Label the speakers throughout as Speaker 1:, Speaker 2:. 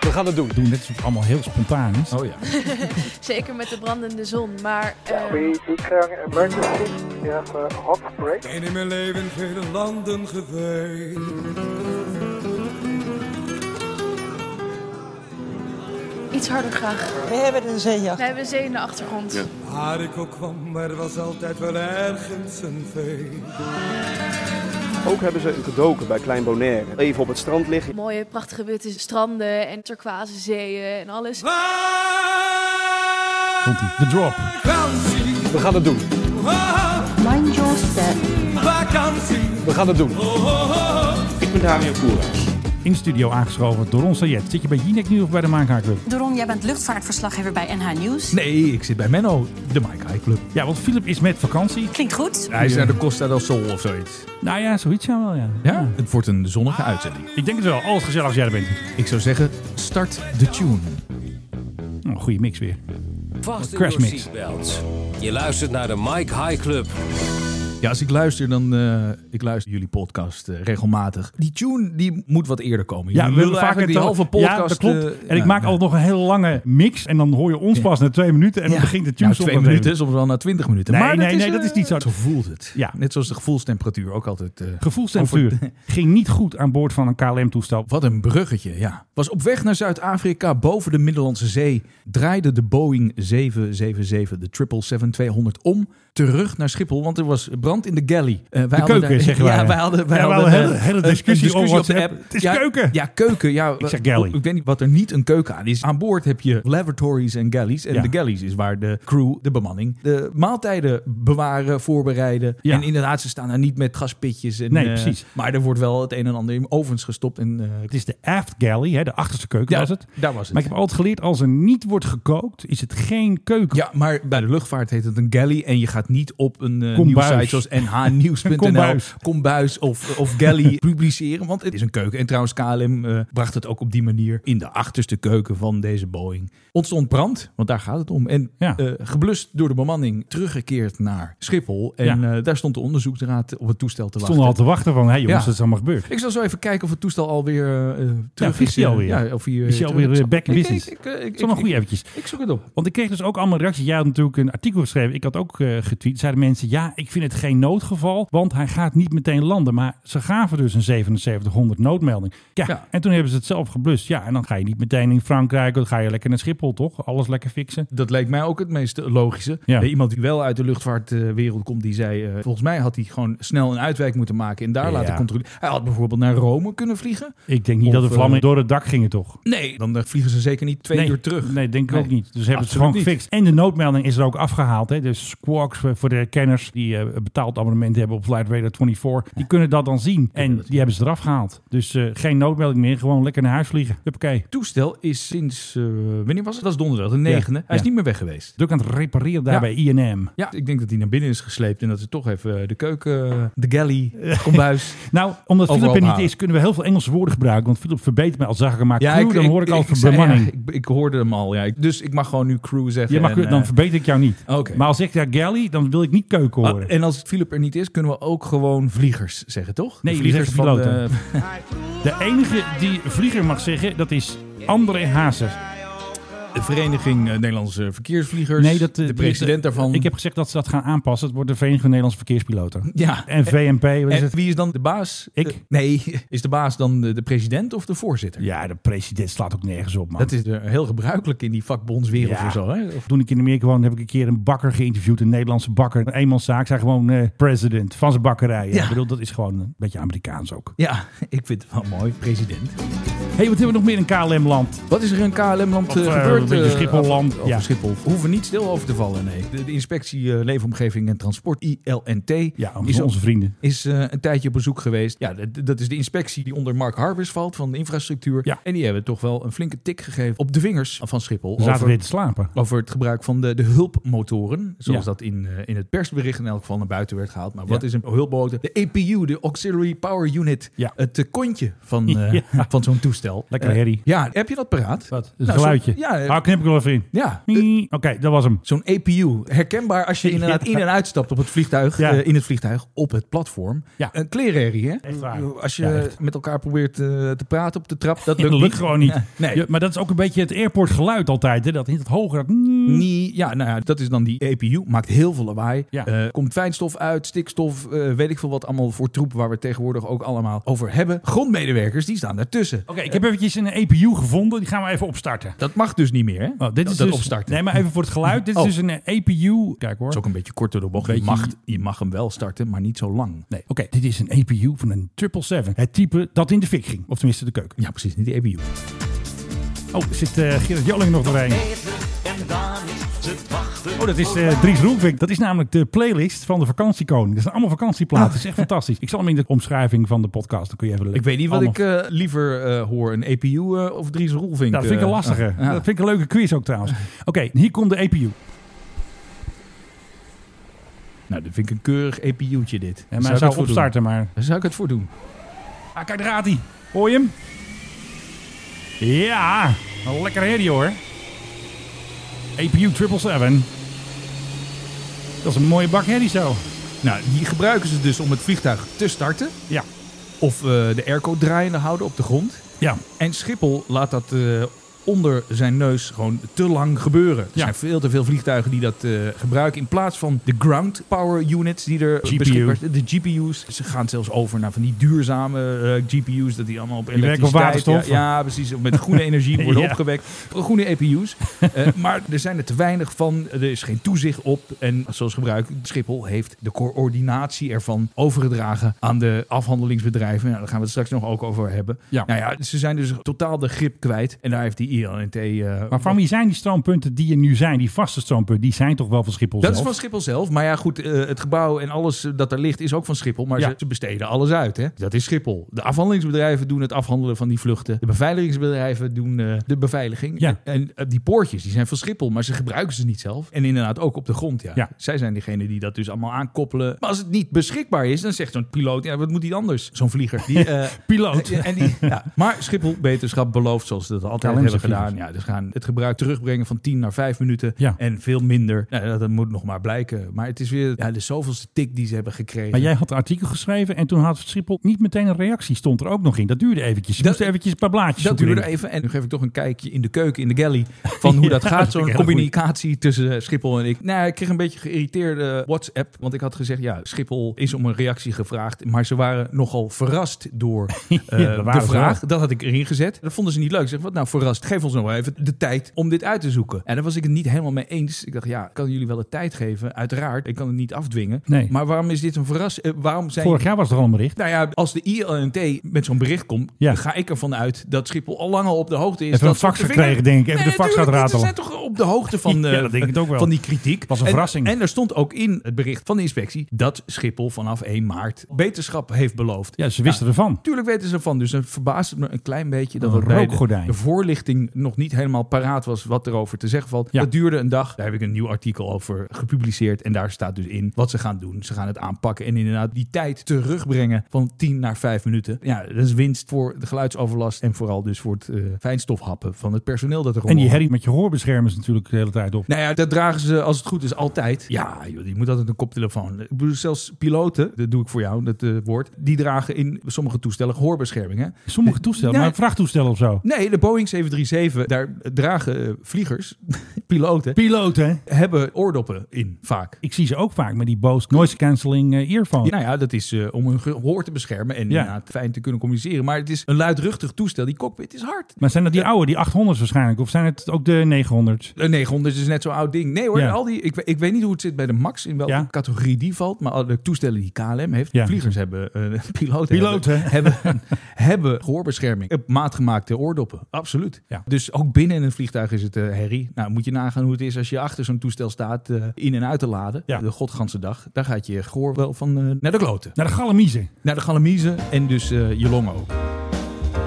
Speaker 1: we gaan het doen.
Speaker 2: doen dit soms allemaal heel spontaan is.
Speaker 1: Oh ja.
Speaker 3: Zeker met de brandende zon. Maar eh,
Speaker 4: We declaring emergency. We have a hot break.
Speaker 5: Ben in mijn leven vele landen geweest.
Speaker 3: iets harder graag.
Speaker 6: We hebben een zeejacht.
Speaker 3: We hebben zee in de achtergrond.
Speaker 5: Waar ik ook kwam, er was altijd wel ergens een feest.
Speaker 7: Ook hebben ze gedoken bij Klein Bonaire. Even op het strand liggen.
Speaker 3: Mooie, prachtige witte stranden en turquoise zeeën en alles.
Speaker 5: Waar
Speaker 2: Komt-ie. De drop.
Speaker 5: vakantie,
Speaker 1: We gaan het doen.
Speaker 5: oh,
Speaker 8: Mind your step.
Speaker 5: vakantie.
Speaker 1: We gaan het doen.
Speaker 5: Oh, oh, oh.
Speaker 7: Ik ben Dario Koerhuis.
Speaker 2: In studio aangeschoven door ons Sajet. Zit je bij Jinek nu of bij de Maankaak Club?
Speaker 8: Doron, jij bent luchtvaartverslaggever bij NH Nieuws.
Speaker 9: Nee, ik zit bij Menno, de Mike High Club.
Speaker 2: Ja, want Philip is met vakantie.
Speaker 8: Klinkt goed.
Speaker 9: Hij is naar de Costa del Sol of zoiets.
Speaker 2: Nou ja, zoiets ja wel, ja.
Speaker 9: Ja, het wordt een zonnige uitzending.
Speaker 2: Ik denk het wel. Alles gezellig als jij er bent.
Speaker 9: Ik zou zeggen, start de tune.
Speaker 2: Oh, goede mix weer.
Speaker 10: Vast in
Speaker 2: Crash
Speaker 10: your
Speaker 2: mix.
Speaker 10: seatbelt. Je luistert naar de Mike High Club.
Speaker 9: Ja, als ik luister, dan eh, ik luister jullie podcast eh, regelmatig. Die tune die moet wat eerder komen. Jullie lullen eigenlijk die
Speaker 2: het-
Speaker 9: halve
Speaker 2: Ja, dat
Speaker 9: podcast.
Speaker 2: klopt.
Speaker 9: eh,
Speaker 2: en ik
Speaker 9: ja,
Speaker 2: maak
Speaker 9: ja.
Speaker 2: al nog een hele lange mix. En dan hoor je ons
Speaker 9: Ja.
Speaker 2: pas na twee minuten. En dan
Speaker 9: Ja.
Speaker 2: begint de tune
Speaker 9: Nou,
Speaker 2: soms
Speaker 9: twee
Speaker 2: nog even.
Speaker 9: minuten, soms wel na twintig minuten.
Speaker 2: Nee,
Speaker 9: maar
Speaker 2: nee, nee,
Speaker 9: eh,
Speaker 2: dat is niet zo.
Speaker 9: Zo voelt het.
Speaker 2: Ja.
Speaker 9: Net zoals de gevoelstemperatuur ook altijd. eh,
Speaker 2: Gevoelstemperatuur ging niet goed aan boord van een KLM-toestel.
Speaker 9: Nou, Wat een bruggetje, ja. Was op weg naar Zuid-Afrika boven de Middellandse Zee. Draaide de Boeing 777, de 777-200 om. Terug naar Schiphol, want er was brand in de galley. Eh, wij de
Speaker 2: keuken, zeggen wij.
Speaker 9: Ja, wij hadden, wij
Speaker 2: Ja, we
Speaker 9: hadden,
Speaker 2: hadden hele-
Speaker 9: eh,
Speaker 2: hele
Speaker 9: een- een
Speaker 2: discussie over
Speaker 9: op de
Speaker 2: WhatsApp. Het is
Speaker 9: ja,
Speaker 2: keuken.
Speaker 9: Ja, keuken. Ja,
Speaker 2: Ik zeg galley.
Speaker 9: Ik weet niet wat er niet een keuken aan is. Aan boord heb je laboratories en galleys. En
Speaker 2: Ja.
Speaker 9: de galleys is waar de crew, de bemanning, de maaltijden bewaren, voorbereiden.
Speaker 2: Ja.
Speaker 9: En inderdaad, ze staan daar niet met gaspitjes. En,
Speaker 2: Nee,
Speaker 9: eh,
Speaker 2: precies.
Speaker 9: maar er wordt wel het een en ander in ovens gestopt. En, eh,
Speaker 2: Het is de aft galley, hè, de achterste keuken was het.
Speaker 9: Daar was het.
Speaker 2: Maar ik heb altijd geleerd, als er niet wordt gekookt, is het geen keuken.
Speaker 9: ja, maar bij de luchtvaart heet het een galley en je gaat niet op een eh
Speaker 2: Kombuis.
Speaker 9: nieuwssite zoals nhnieuws.nl,
Speaker 2: Kombuis.
Speaker 9: kombuis, of, of galley publiceren, want het is een keuken. En trouwens, KLM eh, bracht het ook op die manier in de achterste keuken van deze Boeing. Ontstond brand, want daar gaat het om. En
Speaker 2: Ja.
Speaker 9: eh, geblust door de bemanning, teruggekeerd naar Schiphol. En eh, daar stond de onderzoeksraad op het toestel te
Speaker 2: We
Speaker 9: wachten.
Speaker 2: stonden al te wachten van, hé jongens,
Speaker 9: Ja.
Speaker 2: dat is allemaal gebeurd.
Speaker 9: Ik zal zo even kijken of het toestel alweer eh, eh, terug
Speaker 2: vliegt
Speaker 9: is.
Speaker 2: hij
Speaker 9: eh,
Speaker 2: alweer?
Speaker 9: Ja, of hij, eh,
Speaker 2: Is hij
Speaker 9: terug
Speaker 2: alweer,
Speaker 9: Ik zal-
Speaker 2: eh, back in
Speaker 9: Ik- ik-
Speaker 2: business?
Speaker 9: ik- eh, ik-
Speaker 2: Zoek nog
Speaker 9: ik-
Speaker 2: goed eventjes.
Speaker 9: Ik zoek het op.
Speaker 2: Want ik kreeg dus ook allemaal reacties. Jij had natuurlijk een artikel geschreven. Ik had ook eh, getweet. Zeiden mensen, ja, ik vind het geen noodgeval. Want hij gaat niet meteen landen. Maar ze gaven dus een 7700 noodmelding. Ja,
Speaker 9: Ja.
Speaker 2: en toen hebben ze het zelf geblust. Ja, en dan ga je niet meteen in Frankrijk. Dan ga je lekker naar Schiphol, toch? Alles lekker fixen.
Speaker 9: Dat leek mij ook het meest logische.
Speaker 2: Ja.
Speaker 9: Eh, Iemand die wel uit de luchtvaartwereld komt, die zei... eh, volgens mij had hij gewoon snel een uitwijk moeten maken en daar
Speaker 2: Ja.
Speaker 9: laten controleren. Hij had bijvoorbeeld naar Rome kunnen vliegen.
Speaker 2: Ik denk niet
Speaker 9: Of,
Speaker 2: dat de vlammen
Speaker 9: eh,
Speaker 2: door het dak gingen, toch?
Speaker 9: Nee, dan eh, vliegen ze zeker niet twee
Speaker 2: nee,
Speaker 9: uur terug.
Speaker 2: Nee, denk ik
Speaker 9: Nee,
Speaker 2: ook niet. Dus hebben ze het
Speaker 9: absoluut
Speaker 2: gewoon
Speaker 9: niet.
Speaker 2: gefixt. En de noodmelding is er ook afgehaald. Hè? Dus Squawks eh, voor de kenners die eh, een betaald abonnement hebben op Flight Radar 24. Die kunnen dat dan zien. En die hebben ze eraf gehaald. Dus eh, geen noodmelding meer. Gewoon lekker naar huis vliegen. Huppakee.
Speaker 9: Het toestel is sinds... eh, wanneer was het? Dat is donderdag, de negende. Hij
Speaker 2: ja.
Speaker 9: is niet meer weg geweest.
Speaker 2: Druk aan het repareren daar
Speaker 9: Ja.
Speaker 2: bij INM.
Speaker 9: Ja, ik denk dat hij naar binnen is gesleept en dat ze toch even eh, de keuken, eh, de galley, het kombuis.
Speaker 2: Nou, omdat
Speaker 9: Overal
Speaker 2: Philip er niet
Speaker 9: halen.
Speaker 2: is, kunnen we heel veel Engelse woorden gebruiken. Want Philip verbetert me al zag ik hem maar crew, dan hoor ik, al
Speaker 9: zei-
Speaker 2: bemanning.
Speaker 9: ja, ik, ik hoorde hem al, ja. Ik- Dus ik mag gewoon nu crew zeggen.
Speaker 2: Je mag,
Speaker 9: en,
Speaker 2: dan
Speaker 9: eh,
Speaker 2: verbeter ik jou niet.
Speaker 9: Oké.
Speaker 2: Maar als ik zeg galley, dan wil ik niet keuken horen.
Speaker 9: Ah, en als Philip er niet is, kunnen we ook gewoon vliegers zeggen, toch?
Speaker 2: Nee,
Speaker 9: De
Speaker 2: jullie
Speaker 9: vliegers
Speaker 2: zeggen
Speaker 9: de-
Speaker 2: De enige die vlieger mag zeggen, dat is André Hazes.
Speaker 9: de Vereniging eh, Nederlandse Verkeersvliegers.
Speaker 2: Nee, dat, eh,
Speaker 9: de
Speaker 2: die-
Speaker 9: president daarvan.
Speaker 2: Ik heb gezegd dat ze dat gaan aanpassen. Het wordt de Vereniging Nederlandse Verkeerspiloten.
Speaker 9: ja.
Speaker 2: En VNP, wat is
Speaker 9: En
Speaker 2: het?
Speaker 9: wie is dan de baas?
Speaker 2: Ik?
Speaker 9: Eh, nee, is de baas dan de, de president of de voorzitter?
Speaker 2: Ja, de president slaat ook nergens op, man.
Speaker 9: Dat is er heel gebruikelijk in die vakbondswereld
Speaker 2: Ja.
Speaker 9: of zo. Hè? Of-
Speaker 2: Toen ik in Amerika woonde, heb ik een keer een bakker geïnterviewd. Een Nederlandse bakker. Een eenmanszaak. Zij gewoon eh, president van zijn bakkerij. Ja.
Speaker 9: Ja.
Speaker 2: Ik bedoel, dat is gewoon een beetje Amerikaans ook.
Speaker 9: ja, ik vind het wel mooi, president.
Speaker 2: Hé, hey, wat hebben we nog meer in KLM-land?
Speaker 9: Wat is er in KLM-land
Speaker 2: Of,
Speaker 9: eh,
Speaker 2: eh, een
Speaker 9: gebeurd?
Speaker 2: beetje
Speaker 9: eh,
Speaker 2: Schipholland.
Speaker 9: over-
Speaker 2: Ja.
Speaker 9: over Schiphol. We hoeven niet stil over te vallen, nee. De, de inspectie eh, Leefomgeving en Transport, ILNT,
Speaker 2: Ja,
Speaker 9: is
Speaker 2: onze, onze vrienden.
Speaker 9: is eh, een tijdje op bezoek geweest. Ja, dat, dat is de inspectie die onder Mark Harbers valt van de infrastructuur.
Speaker 2: Ja.
Speaker 9: En die hebben toch wel een flinke tik gegeven op de vingers van Schiphol.
Speaker 2: We zaten
Speaker 9: over,
Speaker 2: weer te slapen.
Speaker 9: over het gebruik van de, de hulpmotoren. Zoals
Speaker 2: Ja.
Speaker 9: dat in, eh, in het persbericht in elk geval naar buiten werd gehaald. Maar wat
Speaker 2: Ja.
Speaker 9: is een hulpmotor? De APU, de Auxiliary Power Unit.
Speaker 2: Ja.
Speaker 9: Het eh, kontje van, eh,
Speaker 2: Ja.
Speaker 9: van zo'n toestel.
Speaker 2: Lekker
Speaker 9: Eh,
Speaker 2: herrie.
Speaker 9: ja, heb je dat paraat?
Speaker 2: Wat? Een
Speaker 9: Nou, zo-
Speaker 2: geluidje.
Speaker 9: ja,
Speaker 2: Ah, knip ik er wel even in.
Speaker 9: Ja,
Speaker 2: Oké, dat was hem.
Speaker 9: zo'n APU. Herkenbaar als je inderdaad in en uitstapt op het vliegtuig,
Speaker 2: Ja.
Speaker 9: eh, in het vliegtuig, op het platform.
Speaker 2: Ja.
Speaker 9: Een klererie, hè?
Speaker 2: Echt waar.
Speaker 9: Als je
Speaker 2: Ja, echt.
Speaker 9: met elkaar probeert eh, te praten op de trap, dat
Speaker 2: Dat
Speaker 9: lukt
Speaker 2: lukt gewoon niet.
Speaker 9: Ja, nee.
Speaker 2: Ja, maar dat is ook een beetje het airport geluid altijd. Hè? Dat in het hoger. Dat...
Speaker 9: Nie- ja, nou ja, dat is dan die APU. Maakt heel veel lawaai.
Speaker 2: Ja.
Speaker 9: Eh, komt fijnstof uit, stikstof, eh, weet ik veel wat allemaal voor troep waar we tegenwoordig ook allemaal over hebben. Grondmedewerkers, die staan daartussen.
Speaker 2: Oké, ik heb eventjes een APU gevonden. Die gaan we even opstarten.
Speaker 9: Dat mag dus niet meer, hè?
Speaker 2: Oh, dit is
Speaker 9: dat
Speaker 2: dus,
Speaker 9: opstarten.
Speaker 2: Nee, maar even voor het geluid. Dit is
Speaker 9: Oh.
Speaker 2: dus een eh, APU. Kijk hoor.
Speaker 9: is ook een beetje kort door de bocht. Je,
Speaker 2: Beetje-
Speaker 9: mag, je mag hem wel starten, maar niet zo lang.
Speaker 2: Nee, oké. Dit is een APU van een 777. Het type dat in de fik ging. Of tenminste de keuken.
Speaker 9: Ja, precies, niet de APU.
Speaker 2: Oh, er zit eh, Gerard Joling nog doorheen. Oh, dat is eh, Dries Roelvink. Dat is namelijk de playlist van de vakantiekoning. Dat zijn allemaal vakantieplaten. Dat is echt fantastisch. Ik zal hem in de omschrijving van de podcast. Dan kun je even
Speaker 9: Ik weet niet wat
Speaker 2: allemaal-
Speaker 9: ik eh, liever eh, hoor, een APU eh, of Dries Roelvink.
Speaker 2: Nou, dat vind ik
Speaker 9: eh,
Speaker 2: een lastige.
Speaker 9: ah, ja.
Speaker 2: Dat vind ik een leuke quiz ook trouwens. Oké, hier komt de APU.
Speaker 9: Nou, dat vind ik een keurig APU'tje dit.
Speaker 2: En maar zou opstarten, maar...
Speaker 9: Daar zou ik het voor doen.
Speaker 2: Ah, kijk, daar gaat hij. Hoor je hem? Ja, een lekker herrie hoor. APU 777. Dat is een mooie bak herrie zo.
Speaker 9: Nou, die gebruiken ze dus om het vliegtuig te starten.
Speaker 2: Ja.
Speaker 9: Of eh, de airco draaiende houden op de grond.
Speaker 2: Ja,
Speaker 9: En Schiphol laat dat eh, onder zijn neus gewoon te lang gebeuren. Er
Speaker 2: Ja.
Speaker 9: zijn veel te veel vliegtuigen die dat eh, gebruiken. In plaats van de ground power units die er
Speaker 2: GPU.
Speaker 9: beschikbaar zijn. De GPU's. Ze gaan zelfs over naar van die duurzame eh, GPU's. Dat die allemaal op
Speaker 2: werken op
Speaker 9: elektriciteit...
Speaker 2: waterstof.
Speaker 9: Ja, ja, precies. Met groene energie worden
Speaker 2: Ja.
Speaker 9: opgewekt. Groene APU's. Eh, maar er zijn er te weinig van. Er is geen toezicht op. En zoals gebruik, Schiphol heeft de coördinatie ervan overgedragen aan de afhandelingsbedrijven. Nou, daar gaan we het straks nog ook over hebben.
Speaker 2: Ja.
Speaker 9: Nou ja, ze zijn dus totaal de grip kwijt. En daar heeft die ILNT... eh,
Speaker 2: maar van wie zijn die stroompunten die er nu zijn? Die vaste stroompunten, die zijn toch wel van Schiphol
Speaker 9: dat
Speaker 2: zelf?
Speaker 9: is van Schiphol zelf. Maar ja, goed, eh, het gebouw en alles eh, dat er ligt is ook van Schiphol. Maar
Speaker 2: Ja.
Speaker 9: ze, ze besteden alles uit. Hè? Dat is Schiphol. De afhandelingsbedrijven doen het afhandelen van die vluchten. De beveiligingsbedrijven doen eh, de beveiliging.
Speaker 2: Ja.
Speaker 9: En eh, die poortjes, die zijn van Schiphol. Maar ze gebruiken ze niet zelf. En inderdaad ook op de grond. Ja.
Speaker 2: Ja.
Speaker 9: Zij zijn degene die dat dus allemaal aankoppelen. Maar als het niet beschikbaar is, dan zegt zo'n piloot... Ja, wat moet die anders? Zo'n vlieger. Die, eh,
Speaker 2: Piloot.
Speaker 9: Ja, en die, ja. Maar Schiphol Beterschap belooft, zoals ze dat altijd
Speaker 2: KLM
Speaker 9: hebben
Speaker 2: zijn
Speaker 9: gedaan. Ja, dus gaan het gebruik terugbrengen van 10 naar 5 minuten.
Speaker 2: Ja.
Speaker 9: En veel minder. Nou, dat, dat moet nog maar blijken. Maar het is weer ja, de zoveelste tik die ze hebben gekregen.
Speaker 2: Maar jij had een artikel geschreven en toen had Schiphol niet meteen een reactie. Stond er ook nog in. Dat duurde eventjes. Ze
Speaker 9: Dat-
Speaker 2: moesten eventjes een paar blaadjes
Speaker 9: dat
Speaker 2: zoeken,
Speaker 9: duurde
Speaker 2: denk ik.
Speaker 9: even. En nu geef ik toch een kijkje in de keuken, in de galley. Van hoe dat
Speaker 2: Ja,
Speaker 9: gaat.
Speaker 2: dat vind
Speaker 9: Zo'n
Speaker 2: ik heel
Speaker 9: communicatie tussen eh, Schiphol en ik. Nou, ik kreeg een beetje geïrriteerde WhatsApp. Want ik had gezegd, ja, Schiphol is om een reactie gevraagd. Maar ze waren nogal verrast door eh,
Speaker 2: Ja, dat waren
Speaker 9: de
Speaker 2: ze
Speaker 9: vraag. Dat had ik erin gezet. Dat vonden ze niet leuk. Ik Zeg, wat nou verrast. Geef ons nog wel even de tijd om dit uit te zoeken. En daar was ik het niet helemaal mee eens. Ik dacht, ja, ik kan jullie wel de tijd geven. Uiteraard, ik kan het niet afdwingen.
Speaker 2: Nee.
Speaker 9: Maar waarom is dit een verrassing? waarom zijn
Speaker 2: Vorig jaar was er al een bericht.
Speaker 9: nou ja, als de ILNT met zo'n bericht komt,
Speaker 2: Ja.
Speaker 9: dan ga ik ervan uit dat Schiphol al lang al op de hoogte is.
Speaker 2: Even
Speaker 9: dat
Speaker 2: een fax
Speaker 9: ze op de vinger-
Speaker 2: gekregen, denk ik. Even de fax
Speaker 9: natuurlijk
Speaker 2: gaat
Speaker 9: niet. Ze
Speaker 2: ratelen.
Speaker 9: zijn toch op de hoogte van, eh,
Speaker 2: Ja, dat denk ik ook wel.
Speaker 9: van die kritiek.
Speaker 2: Was een
Speaker 9: En-
Speaker 2: verrassing.
Speaker 9: En er stond ook in het bericht van de inspectie dat Schiphol vanaf 1 maart beterschap heeft beloofd.
Speaker 2: Ja, ze wisten ervan.
Speaker 9: Tuurlijk weten ze ervan, dus dan verbaast het me een klein beetje dat
Speaker 2: Een
Speaker 9: het bij de-
Speaker 2: Oh, rookgordijn.
Speaker 9: de voorlichting nog niet helemaal paraat was wat erover te zeggen valt.
Speaker 2: Ja.
Speaker 9: Dat duurde een dag. Daar heb ik een nieuw artikel over gepubliceerd en daar staat dus in wat ze gaan doen. Ze gaan het aanpakken en inderdaad die tijd terugbrengen van 10 naar 5 minuten. Ja, dat is winst voor de geluidsoverlast en vooral dus voor het eh, fijnstofhappen van het personeel dat er
Speaker 2: En die herrie met je hoorbeschermers natuurlijk de hele tijd op.
Speaker 9: nou ja, dat dragen ze als het goed is altijd. Ja, joh, je moet altijd een koptelefoon. Ik bedoel, zelfs piloten, dat doe ik voor jou, dat eh, woord. Die dragen in sommige toestellen gehoorbeschermingen.
Speaker 2: Sommige toestellen,
Speaker 9: Nee.
Speaker 2: maar vrachttoestellen of zo.
Speaker 9: Nee, de Boeing 737, daar dragen eh, vliegers, piloten,
Speaker 2: Piloten.
Speaker 9: hebben oordoppen in vaak.
Speaker 2: Ik zie ze ook vaak met die Bose noise cancelling eh, earphone.
Speaker 9: Nou ja, dat is eh, om hun gehoor te beschermen en
Speaker 2: Ja.
Speaker 9: inderdaad fijn te kunnen communiceren. Maar het is een luidruchtig toestel. Die cockpit is hard.
Speaker 2: Maar zijn dat die oude, die 800 waarschijnlijk? Of zijn het ook de 900?
Speaker 9: Een 900 Eh, is net zo'n oud ding. Nee hoor,
Speaker 2: Ja.
Speaker 9: al die, ik, we- ik weet niet hoe het zit bij de Max, in welke
Speaker 2: Ja.
Speaker 9: categorie die valt. Maar al de toestellen die KLM heeft,
Speaker 2: Ja.
Speaker 9: vliegers hebben, eh, piloten,
Speaker 2: Piloten.
Speaker 9: hebben, hebben, hebben gehoorbescherming. Op maatgemaakte oordoppen, absoluut.
Speaker 2: Ja.
Speaker 9: Dus ook binnen in een vliegtuig is het eh herrie. Nou, moet je nagaan hoe het is als je achter zo'n toestel staat eh, in en uit te laden.
Speaker 2: Ja.
Speaker 9: De godganse dag. Daar gaat je gehoor wel van eh, naar de kloten.
Speaker 2: Naar de galamiezen.
Speaker 9: Naar de galamiezen en dus eh, je longen ook.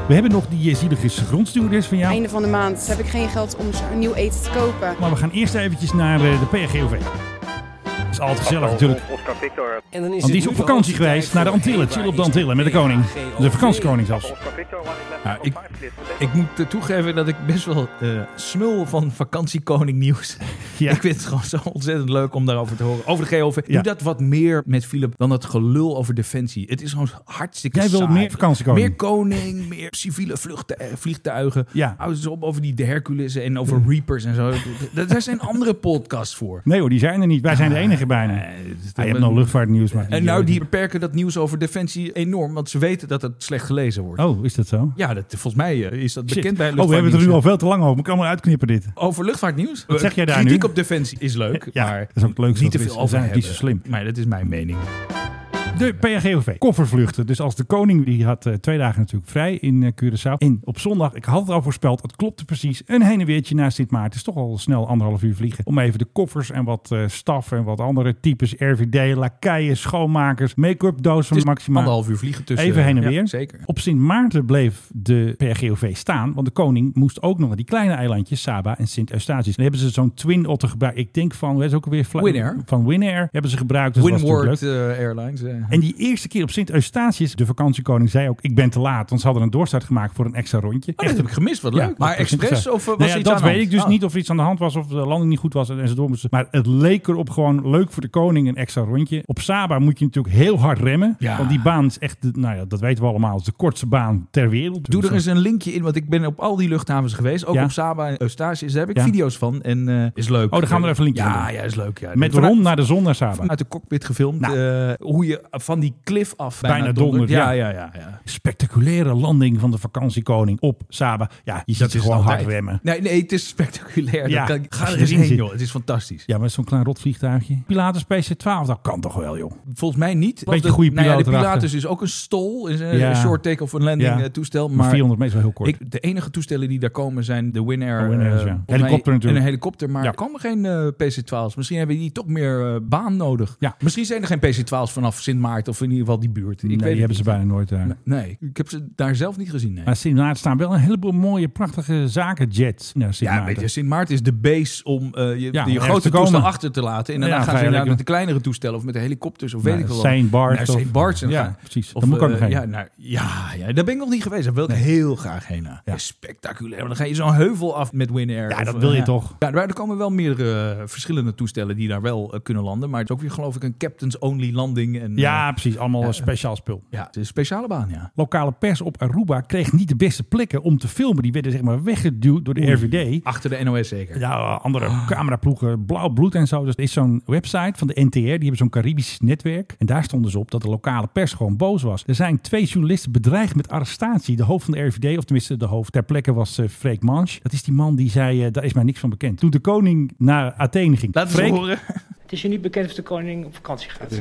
Speaker 2: We hebben nog die eh, zielige grondstewardess van jou.
Speaker 1: Einde van de maand heb ik geen geld om nieuw eten te kopen.
Speaker 2: Maar we gaan eerst eventjes naar eh, de PRGOV. Dat is altijd gezellig
Speaker 4: oh,
Speaker 2: natuurlijk.
Speaker 1: Oscar
Speaker 4: eh,
Speaker 1: Victor,
Speaker 10: En dan is
Speaker 2: Want die
Speaker 10: het
Speaker 2: is
Speaker 10: nu
Speaker 2: op vakantie
Speaker 10: de hoogste
Speaker 2: geweest
Speaker 10: tijd
Speaker 2: naar de
Speaker 10: voor
Speaker 2: Antillen.
Speaker 10: Eva
Speaker 2: Chill op de
Speaker 10: is
Speaker 2: Antillen met de koning.
Speaker 10: PHGOV.
Speaker 2: De vakantiekoning zelfs.
Speaker 1: Oscar Victor, one is left
Speaker 9: Nou,
Speaker 1: for
Speaker 9: ik-
Speaker 1: five, clear for
Speaker 9: Ik moet eh, toegeven dat ik best wel eh, smul van vakantiekoning nieuws.
Speaker 2: Ja.
Speaker 9: Ik vind het gewoon zo ontzettend leuk om daarover te horen. Over de GOV.
Speaker 2: Ja.
Speaker 9: Doe dat wat meer met Philip dan dat gelul over defensie. Het is gewoon hartstikke
Speaker 2: Jij wil
Speaker 9: saai.
Speaker 2: meer vakantiekoning.
Speaker 9: Meer koning, meer civiele vluchten, eh, vliegtuigen.
Speaker 2: Ja.
Speaker 9: Hou eens op over die de Hercules en over Reapers en zo. D- d- Daar zijn andere podcasts voor.
Speaker 2: Nee hoor, die zijn er niet. Wij zijn de enige bijna. Ah, je hebt nog luchtvaartnieuws. Maar
Speaker 9: En nou, die beperken dat nieuws over defensie enorm, want ze weten dat het slecht gelezen wordt.
Speaker 2: Oh, is dat zo?
Speaker 9: Ja, dat, volgens mij eh, is dat
Speaker 2: Shit.
Speaker 9: bekend bij
Speaker 2: Oh, we hebben het er nu
Speaker 9: luchtvaartnieuws.
Speaker 2: al veel te lang over. Ik kan maar uitknippen dit.
Speaker 9: Over luchtvaartnieuws?
Speaker 2: Wat zeg jij daar
Speaker 9: Kritiek
Speaker 2: nu?
Speaker 9: op defensie is leuk,
Speaker 2: Ja,
Speaker 9: maar
Speaker 2: dat is ook het leukste
Speaker 9: niet te
Speaker 2: wat er
Speaker 9: veel
Speaker 2: is. We
Speaker 9: over
Speaker 2: zijn ook niet
Speaker 9: hebben.
Speaker 2: zo slim.
Speaker 9: Maar dat is mijn mening.
Speaker 2: De PHGOV, koffervluchten. Dus als de koning, die had eh, twee dagen natuurlijk vrij in eh, Curaçao. En op zondag, ik had het al voorspeld, het klopte precies. Een heen en weertje naar Sint Maarten. Het is toch al snel anderhalf uur vliegen. Om even de koffers en wat eh, staf en wat andere types. RVD, lakeien, schoonmakers, make-up doos van
Speaker 9: Het is
Speaker 2: maximaal.
Speaker 9: Anderhalf uur vliegen tussen.
Speaker 2: Even heen en
Speaker 9: Ja,
Speaker 2: weer.
Speaker 9: zeker.
Speaker 2: Op Sint Maarten bleef de PRGOV staan, want de koning moest ook nog naar die kleine eilandjes, Saba en Sint Eustatius. Dan hebben ze zo'n twin otter gebruikt. Ik denk van, weet je ook alweer? Fly-
Speaker 9: Winair.
Speaker 2: Van Winair hebben ze gebruikt. Dus dat was natuurlijk leuk. oh,
Speaker 9: Windward eh, Airlines. eh.
Speaker 2: En die eerste keer op Sint Eustatius, de vakantiekoning zei ook, ik ben te laat. Want ze hadden een doorstart gemaakt voor een extra rondje.
Speaker 9: Oh, dat heb ik gemist, wat leuk.
Speaker 2: Ja,
Speaker 9: maar
Speaker 2: dat is
Speaker 9: expres
Speaker 2: interessant.
Speaker 9: of eh, was
Speaker 2: Nou ja,
Speaker 9: er iets
Speaker 2: Dat
Speaker 9: aan de
Speaker 2: weet
Speaker 9: hand?
Speaker 2: ik dus
Speaker 9: Ah.
Speaker 2: niet of er iets aan de hand was of de landing niet goed was en ze door moesten. Maar het leek erop gewoon leuk voor de koning een extra rondje. Op Saba moet je natuurlijk heel hard remmen.
Speaker 9: Ja.
Speaker 2: Want die baan is echt, de- nou ja, dat weten we allemaal, is de kortste baan ter wereld. Dus
Speaker 9: Doe er eens een linkje in, want ik ben op al die luchthavens geweest. Ook
Speaker 2: Ja.
Speaker 9: op Saba en Eustatius. Daar heb ik
Speaker 2: Ja.
Speaker 9: video's van en eh, is leuk.
Speaker 2: Oh, dan gaan we er even een linkje in
Speaker 9: Ja,
Speaker 2: doen.
Speaker 9: ja, is leuk. Ja.
Speaker 2: Met
Speaker 9: Vanuit-
Speaker 2: rond naar de zon naar Saba.
Speaker 9: Vanuit de cockpit gefilmd.
Speaker 2: Nou.
Speaker 9: eh, hoe je van die cliff af bijna,
Speaker 2: Bijna
Speaker 9: dondert.
Speaker 2: dondert,
Speaker 9: Ja,
Speaker 2: ja.
Speaker 9: ja, ja. ja.
Speaker 2: Spectaculaire landing van de vakantiekoning op Saba. Ja, je ziet ze
Speaker 9: is
Speaker 2: gewoon
Speaker 9: het
Speaker 2: hard
Speaker 9: altijd.
Speaker 2: remmen.
Speaker 9: Nee, nee, het is spectaculair.
Speaker 2: Ja.
Speaker 9: Dat kan, ga
Speaker 2: Als
Speaker 9: er
Speaker 2: je
Speaker 9: eens
Speaker 2: erin
Speaker 9: heen,
Speaker 2: zit.
Speaker 9: joh. Het is fantastisch.
Speaker 2: Ja, met zo'n klein rotvliegtuigen. Pilatus PC-12, dat kan toch wel, joh.
Speaker 9: Volgens mij niet.
Speaker 2: Beetje
Speaker 9: Want de-
Speaker 2: goede
Speaker 9: nou ja,
Speaker 2: piloot
Speaker 9: De Pilatus
Speaker 2: erachter.
Speaker 9: is ook een stol. Is eh, een
Speaker 2: Ja.
Speaker 9: een short take-off en landing
Speaker 2: Ja.
Speaker 9: eh, toestel.
Speaker 2: Maar
Speaker 9: Maar
Speaker 2: 400 meter is wel heel kort.
Speaker 9: ik, de enige toestellen die daar komen zijn de Winair.
Speaker 2: Oh, Winair, ja.
Speaker 9: eh, volgens
Speaker 2: Helikopter
Speaker 9: mij- En
Speaker 2: natuurlijk.
Speaker 9: een helikopter. Maar
Speaker 2: Ja.
Speaker 9: er komen geen eh, PC-12's. Misschien hebben die toch meer eh, baan nodig.
Speaker 2: Ja.
Speaker 9: Misschien zijn er geen PC-12's vanaf Sint Maarten of in ieder geval die buurt.
Speaker 2: nee,
Speaker 9: Ik weet
Speaker 2: die
Speaker 9: het
Speaker 2: hebben ze Ah,
Speaker 9: niet.
Speaker 2: bijna nooit daar.
Speaker 9: Nee, ik heb ze daar zelf niet gezien. Nee.
Speaker 2: Maar Sint Maarten staan wel een heleboel mooie, prachtige zakenjets. Nou, Sint
Speaker 9: Ja,
Speaker 2: Maarten.
Speaker 9: weet je, Sint Maarten is de base om eh, je,
Speaker 2: Ja,
Speaker 9: je
Speaker 2: om ergens
Speaker 9: grote
Speaker 2: te
Speaker 9: toestel
Speaker 2: komen.
Speaker 9: achter te laten. En daarna
Speaker 2: Ja,
Speaker 9: gaan
Speaker 2: ga je
Speaker 9: ze inderdaad
Speaker 2: lekker-
Speaker 9: met de kleinere toestellen of met de helikopters of weet ik
Speaker 2: Nou,
Speaker 9: wel wat.
Speaker 2: Saint Barts
Speaker 9: Naar Saint
Speaker 2: of-
Speaker 9: Barts en
Speaker 2: Ja,
Speaker 9: gaan.
Speaker 2: precies.
Speaker 9: Of,
Speaker 2: Daar moet ik ook
Speaker 9: eh,
Speaker 2: nog heen.
Speaker 9: Ja, naar- ja, ja, daar ben ik nog niet geweest. Daar wil ik heel graag heen. naar.
Speaker 2: Ja.
Speaker 9: Is Spectaculair. Want dan ga je zo'n heuvel af met Winair.
Speaker 2: Ja,
Speaker 9: Of,
Speaker 2: dat
Speaker 9: eh,
Speaker 2: wil je
Speaker 9: ja.
Speaker 2: toch?
Speaker 9: Ja, maar er komen wel meerdere eh, verschillende toestellen die daar wel eh, kunnen landen. Maar het is ook weer geloof ik een captain's-only landing. En, eh,
Speaker 2: Ja, precies. Allemaal een speciaal spul.
Speaker 9: ja, het is een speciale baan, ja.
Speaker 2: Lokale pers op Aruba kreeg niet de beste plekken om te filmen. Die werden zeg maar weggeduwd door de RVD.
Speaker 9: Achter de NOS zeker.
Speaker 2: Ja, andere
Speaker 9: Ah.
Speaker 2: cameraploegen, blauw bloed en zo. Dus er is zo'n website van de NTR, die hebben zo'n Caribisch netwerk. En daar stonden ze op dat de lokale pers gewoon boos was. Er zijn twee journalisten bedreigd met arrestatie. De hoofd van de RVD, of tenminste de hoofd ter plekke was eh Freek Mansch. Dat is die man die zei, eh, daar is mij niks van bekend. Toen de koning naar Athene ging.
Speaker 9: Laten we
Speaker 2: Freek-
Speaker 9: horen.
Speaker 6: Het is je niet bekend of de koning op vakantie gaat.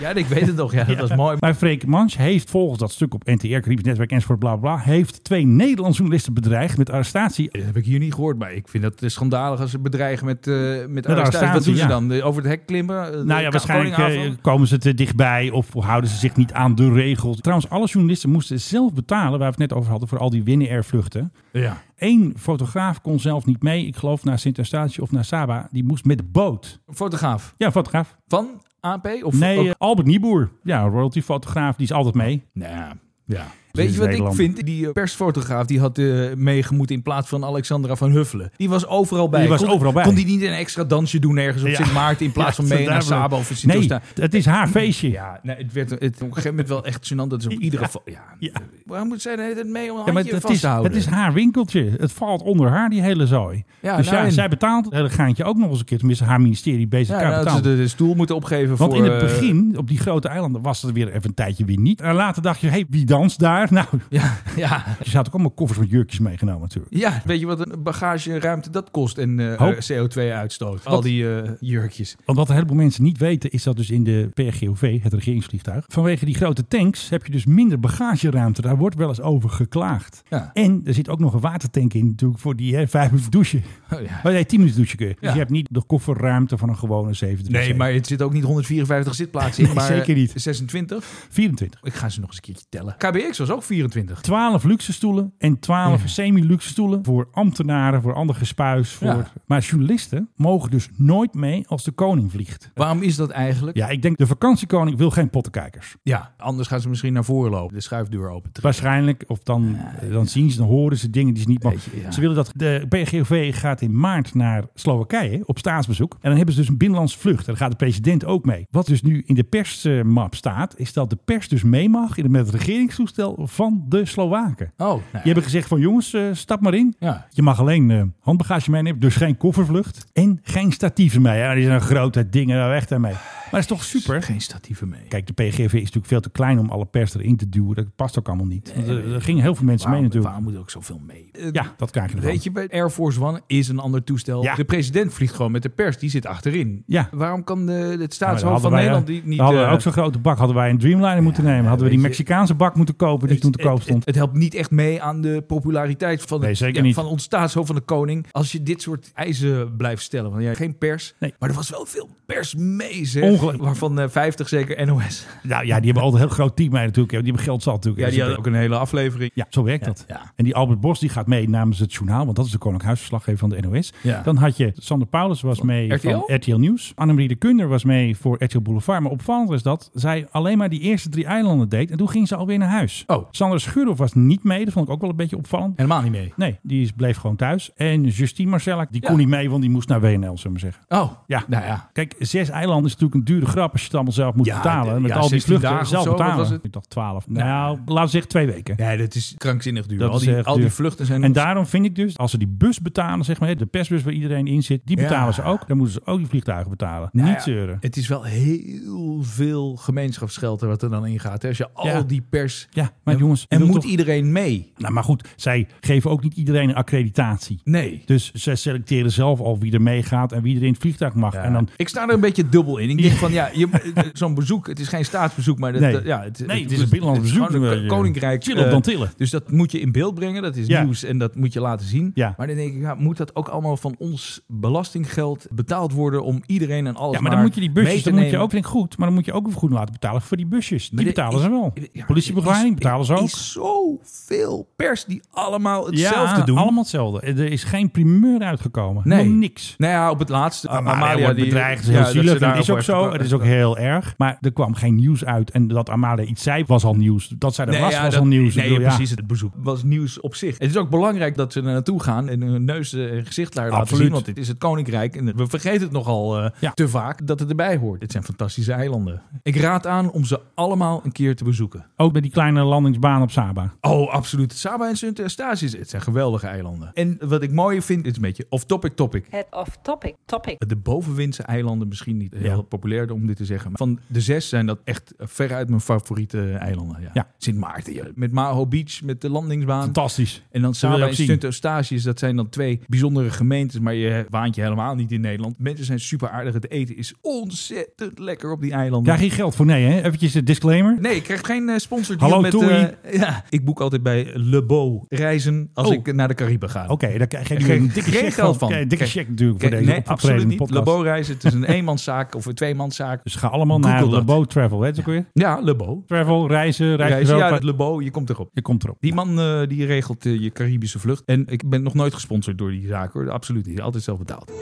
Speaker 9: Ja, ik weet het nog. Ja, dat was mooi.
Speaker 2: Maar Freek Mans heeft volgens dat stuk op NTR, Caribisch Netwerk enzovoort, bla bla, bla, heeft twee Nederlandse journalisten bedreigd met arrestatie.
Speaker 9: Dat heb ik hier niet gehoord, maar ik vind dat eh, schandalig als ze bedreigen met, eh met
Speaker 2: arrestatie,
Speaker 9: arrestatie. Wat doen ze
Speaker 2: ja.
Speaker 9: dan? De- Over het hek klimmen? Eh,
Speaker 2: Nou
Speaker 9: de
Speaker 2: ja,
Speaker 9: Ka-
Speaker 2: waarschijnlijk
Speaker 9: Koningenhaven?
Speaker 2: eh, komen ze te dichtbij of houden ze zich niet aan de regels. Trouwens, alle journalisten moesten zelf betalen, waar we het net over hadden, voor al die Winair vluchten.
Speaker 9: ja.
Speaker 2: Eén fotograaf kon zelf niet mee, ik geloof naar Sint Eustatius of naar Saba. Die moest met de boot.
Speaker 9: Een fotograaf
Speaker 2: Ja, fotograaf.
Speaker 9: van AP? Of
Speaker 2: Nee,
Speaker 9: ook-
Speaker 2: eh, Albert Nieboer. Ja, royalty fotograaf, die is altijd mee.
Speaker 9: Nou, ja. Weet je
Speaker 2: in
Speaker 9: wat
Speaker 2: Nederland.
Speaker 9: ik vind? Die eh, persfotograaf die had eh meegemoet in plaats van Alexandra van Huffelen. Die was overal bij.
Speaker 2: Die was
Speaker 9: kon,
Speaker 2: overal bij.
Speaker 9: Kon die niet een extra dansje doen ergens op
Speaker 2: Ja.
Speaker 9: Sint Maarten in plaats van mee naar Saba of Sint
Speaker 2: Nee,
Speaker 9: Osta?
Speaker 2: het is haar feestje.
Speaker 9: Ja, nee, het werd het, op een gegeven moment wel echt gênant. Dat is op iedere... fo- Ja.
Speaker 2: Ja.
Speaker 9: Waarom moet zij de hele tijd mee om een
Speaker 2: Ja, maar
Speaker 9: handje
Speaker 2: het
Speaker 9: vast
Speaker 2: is,
Speaker 9: te houden?
Speaker 2: het is haar winkeltje. Het valt onder haar, die hele zooi.
Speaker 9: Ja,
Speaker 2: dus
Speaker 9: nou
Speaker 2: ja,
Speaker 9: en-
Speaker 2: zij betaalt het hele gaantje ook nog eens een keer. Tenminste, haar ministerie, BZK,
Speaker 9: Ja, dat ze
Speaker 2: betaalt.
Speaker 9: de, de stoel moeten opgeven
Speaker 2: Want
Speaker 9: voor...
Speaker 2: in het
Speaker 9: eh,
Speaker 2: begin, op die grote eilanden, was er weer even een tijdje weer niet. En later dacht je, hey, wie danst daar? Nou,
Speaker 9: Ja, ja,
Speaker 2: je had ook allemaal koffers met jurkjes meegenomen natuurlijk.
Speaker 9: ja, weet je wat een bagageruimte dat kost en eh,
Speaker 2: Hoop.
Speaker 9: eh, CO2-uitstoot? Al die eh, jurkjes.
Speaker 2: Want wat een heleboel mensen niet weten, is dat dus in de PRGOV, het regeringsvliegtuig, vanwege die grote tanks heb je dus minder bagageruimte. Daar wordt wel eens over geklaagd.
Speaker 9: Ja.
Speaker 2: En er zit ook nog een watertank in natuurlijk voor die hè, vijf minuten douchen.
Speaker 9: Oh, ja.
Speaker 2: Oh nee, 10 minuten douchen kun je. Dus
Speaker 9: Ja.
Speaker 2: je hebt niet de kofferruimte van een gewone 70.
Speaker 9: Nee, maar het zit ook niet 154 zitplaatsen in,
Speaker 2: Nee,
Speaker 9: maar
Speaker 2: zeker niet.
Speaker 9: 26.
Speaker 2: 24.
Speaker 9: Ik ga ze nog eens een keertje tellen. KBX was ook ook 24.
Speaker 2: 12 luxe stoelen en 12
Speaker 9: Ja.
Speaker 2: semi-luxe stoelen voor ambtenaren, voor ander gespuis. Voor...
Speaker 9: Ja.
Speaker 2: Maar journalisten mogen dus nooit mee als de koning vliegt.
Speaker 9: Waarom is dat eigenlijk?
Speaker 2: Ja, ik denk de vakantiekoning wil geen pottenkijkers.
Speaker 9: Ja, anders gaan ze misschien naar voren lopen. De schuifdeur open.
Speaker 2: Waarschijnlijk, of dan, eh, dan zien ze, dan horen ze dingen die ze niet
Speaker 9: Weet je,
Speaker 2: mogen.
Speaker 9: ja.
Speaker 2: Ze willen dat de PGOV gaat in maart naar Slowakije op staatsbezoek. En dan hebben ze dus een binnenlandse vlucht. En daar gaat de president ook mee. Wat dus nu in de persmap staat, is dat de pers dus mee mag in- met het regeringstoestel van de Slowaken.
Speaker 9: Oh, nou ja.
Speaker 2: Die hebben gezegd van jongens, eh, stap maar in.
Speaker 9: Ja.
Speaker 2: Je mag alleen eh, handbagage meenemen, dus geen koffervlucht en geen statieven mee. Ja, die zijn een grote dingen, nou weg daarmee. Maar dat is toch super?
Speaker 9: Geen statieven mee.
Speaker 2: Kijk, de PGV is natuurlijk veel te klein om alle pers erin te duwen. Dat past ook allemaal niet. Want eh, er, er gingen heel veel mensen
Speaker 9: waarom,
Speaker 2: mee natuurlijk.
Speaker 9: waarom moet er ook zoveel mee? Eh,
Speaker 2: Ja, dat krijg je ervan.
Speaker 9: Weet je, bij Air Force One is een ander toestel.
Speaker 2: Ja.
Speaker 9: De president vliegt gewoon met de pers. Die zit achterin.
Speaker 2: Ja.
Speaker 9: Waarom kan de, het
Speaker 2: Nou,
Speaker 9: staatshoofd
Speaker 2: hadden
Speaker 9: van
Speaker 2: wij,
Speaker 9: Nederland
Speaker 2: eh,
Speaker 9: die niet...
Speaker 2: we hadden
Speaker 9: eh,
Speaker 2: ook zo'n grote bak. Hadden wij een Dreamliner moeten nemen. Hadden we die
Speaker 9: weet je-
Speaker 2: Mexicaanse bak moeten kopen die toen te koop stond.
Speaker 9: Het, het helpt niet echt mee aan de populariteit van, het-
Speaker 2: Nee, zeker
Speaker 9: ja,
Speaker 2: niet.
Speaker 9: van ons staatshoofd van de koning. Als je dit soort eisen blijft stellen. Want ja, geen pers.
Speaker 2: Nee.
Speaker 9: Maar er was wel veel pers mee, zeg.
Speaker 2: Ongelooflijk.
Speaker 9: Waarvan eh, 50 zeker NOS.
Speaker 2: Nou ja, die hebben altijd een heel groot team mee natuurlijk. hè, want Die hebben geld zat natuurlijk.
Speaker 9: Ja,
Speaker 2: Dus
Speaker 9: die
Speaker 2: je-
Speaker 9: hadden ook een hele aflevering.
Speaker 2: Ja, zo werkt dat.
Speaker 9: ja.
Speaker 2: En die Albert Bos die gaat mee namens het journaal, want dat is de Koninklijk Huisverslaggever van de NOS.
Speaker 9: Ja.
Speaker 2: Dan had je Sander Paulus was mee
Speaker 9: RTL?
Speaker 2: van RTL Nieuws. Annemarie de Kunder was mee voor RTL Boulevard. Maar opvallend is dat zij alleen maar die eerste drie eilanden deed en toen ging ze alweer naar huis.
Speaker 9: Oh.
Speaker 2: Sander Schurhoff was niet mee, dat vond ik ook wel een beetje opvallend.
Speaker 9: Helemaal niet mee.
Speaker 2: Nee, die is, bleef gewoon thuis. En Justine Marcellak, die
Speaker 9: Ja.
Speaker 2: kon niet mee, want die moest naar WNL, zullen we maar zeggen.
Speaker 9: Oh,
Speaker 2: Ja.
Speaker 9: nou ja.
Speaker 2: Kijk, zes eilanden is natuurlijk een dure grap als je het allemaal zelf moet
Speaker 9: Ja,
Speaker 2: betalen.
Speaker 9: d-
Speaker 2: Met
Speaker 9: ja,
Speaker 2: al die
Speaker 9: 16 dagen
Speaker 2: vluchten zelf
Speaker 9: of zo, wat
Speaker 2: betalen.
Speaker 9: was het?
Speaker 2: Ik dacht twaalf. Nou, laten we zeggen twee weken.
Speaker 9: Nee, dat is krankzinnig duur.
Speaker 2: Dat
Speaker 9: al,
Speaker 2: is
Speaker 9: die,
Speaker 2: echt
Speaker 9: al die
Speaker 2: duur.
Speaker 9: vluchten zijn...
Speaker 2: En daarom vind ik dus, als ze die bus betalen, zeg maar, hè, de persbus waar iedereen in zit, die
Speaker 9: Ja.
Speaker 2: betalen ze ook. Dan moeten ze ook die vliegtuigen betalen.
Speaker 9: Nou
Speaker 2: Niet
Speaker 9: ja,
Speaker 2: zeuren.
Speaker 9: Het is wel heel veel gemeenschapsgeld er wat er dan ingaat. hè. Als je
Speaker 2: Ja.
Speaker 9: al die pers...
Speaker 2: Ja, maar jongens, je
Speaker 9: En
Speaker 2: wilt
Speaker 9: moet
Speaker 2: toch-
Speaker 9: iedereen mee?
Speaker 2: Nou, maar goed, zij geven ook niet iedereen een accreditatie.
Speaker 9: Nee.
Speaker 2: Dus zij selecteren zelf al wie er meegaat en wie er in het vliegtuig mag.
Speaker 9: Ja.
Speaker 2: En dan,
Speaker 9: Ik sta er een beetje dubbel in. Ik denk van ja, je- eh, zo'n bezoek, het is geen staatsbezoek, maar dat,
Speaker 2: Nee.
Speaker 9: dat- ja, het,
Speaker 2: Nee, het is een binnenlands
Speaker 9: het is
Speaker 2: bezoek.
Speaker 9: gewoon een ko- koninkrijk.
Speaker 2: Chill op
Speaker 9: eh,
Speaker 2: dan tillen.
Speaker 9: Dus dat moet je in beeld brengen, dat is
Speaker 2: Ja.
Speaker 9: nieuws en dat moet je laten zien.
Speaker 2: Ja.
Speaker 9: Maar dan denk ik, ja, moet dat ook allemaal van ons belastinggeld betaald worden om iedereen en alles
Speaker 2: ja, maar dan moet je die
Speaker 9: mee
Speaker 2: busjes,
Speaker 9: te
Speaker 2: dan moet je
Speaker 9: nemen?
Speaker 2: ook denk ik, goed, maar dan moet je ook een vergoeding laten betalen voor die busjes. Die
Speaker 9: Maar dit
Speaker 2: betalen ze
Speaker 9: is-
Speaker 2: wel.
Speaker 9: ja, maar
Speaker 2: Politiebegeleiding
Speaker 9: er is-
Speaker 2: betalen ze
Speaker 9: Er
Speaker 2: ook.
Speaker 9: is zoveel pers die allemaal hetzelfde doen.
Speaker 2: allemaal hetzelfde. Er is geen primeur uitgekomen.
Speaker 9: Nee.
Speaker 2: Helemaal niks.
Speaker 9: Nou ja, op het laatste.
Speaker 2: Ah, maar Amalia wordt bedreigd, is heel
Speaker 9: ja, dat ze
Speaker 2: zielig. Dat
Speaker 9: daarop
Speaker 2: is ook
Speaker 9: heeft
Speaker 2: zo,
Speaker 9: gepla-
Speaker 2: het is ook heel erg. Maar er kwam geen nieuws uit. En dat Amalia iets zei, was al nieuws. Dat zij er was,
Speaker 9: ja,
Speaker 2: was
Speaker 9: dat-
Speaker 2: al nieuws. Ik
Speaker 9: Nee,
Speaker 2: bedoel, ja.
Speaker 9: precies. Het bezoek was nieuws op zich. Het is ook belangrijk dat ze er naartoe gaan en hun neus eh, en gezicht daar laten
Speaker 2: Absoluut.
Speaker 9: zien. Want dit is het Koninkrijk. En we vergeten het nogal eh,
Speaker 2: Ja.
Speaker 9: te vaak dat het erbij hoort. Dit zijn fantastische eilanden. Ik raad aan om ze allemaal een keer te bezoeken.
Speaker 2: Ook bij die kleine landingsbaan op Saba.
Speaker 9: Oh, absoluut. Saba en Sint Eustatius, het zijn geweldige eilanden. En wat ik mooier vind, dit is een beetje off-topic topic.
Speaker 1: Het off-topic topic.
Speaker 9: De bovenwindse eilanden misschien niet heel
Speaker 2: Ja.
Speaker 9: populair om dit te zeggen. Maar van de zes zijn dat echt veruit mijn favoriete eilanden. Ja.
Speaker 2: Ja.
Speaker 9: Sint Maarten, ja. met Maho Beach, met de landingsbaan.
Speaker 2: Fantastisch.
Speaker 9: En dan
Speaker 2: wil je
Speaker 9: Saba
Speaker 2: ook
Speaker 9: en
Speaker 2: zien.
Speaker 9: Sint Eustatius, dat zijn dan twee bijzondere gemeentes, maar je waant je helemaal niet in Nederland. Mensen zijn super aardig, het eten is ontzettend lekker op die eilanden.
Speaker 2: Daar geen geld voor, nee hè? Eventjes de disclaimer.
Speaker 9: Nee, ik krijg geen eh, sponsor.
Speaker 2: Hallo,
Speaker 9: met,
Speaker 2: Toei.
Speaker 9: eh, ja, ik boek altijd bij Le Beau reizen als
Speaker 2: Oh.
Speaker 9: ik naar de Cariben ga.
Speaker 2: Oké, daar krijg je
Speaker 9: Geen-
Speaker 2: een dikke
Speaker 9: geen
Speaker 2: check
Speaker 9: geld van.
Speaker 2: Krijg je Een dikke
Speaker 9: Kijk,
Speaker 2: check natuurlijk voor
Speaker 9: Kijk,
Speaker 2: deze
Speaker 9: nee, absoluut
Speaker 2: optredende
Speaker 9: niet. Le
Speaker 2: podcast.
Speaker 9: Beau reizen, het is een eenmanszaak of een tweemanszaak.
Speaker 2: Dus ga allemaal
Speaker 9: Google
Speaker 2: naar
Speaker 9: dat.
Speaker 2: Lebo Travel. Weet je ook weer?
Speaker 9: Ja, Le Beau.
Speaker 2: Travel, reizen, reizen.
Speaker 9: Reizen,
Speaker 2: Europa.
Speaker 9: ja, Le Beau, je komt erop.
Speaker 2: Je komt erop.
Speaker 9: Die man eh, die regelt eh, je Caribische vlucht. En ik ben nog nooit gesponsord door die zaak hoor. Absoluut niet. Altijd zelf betaald.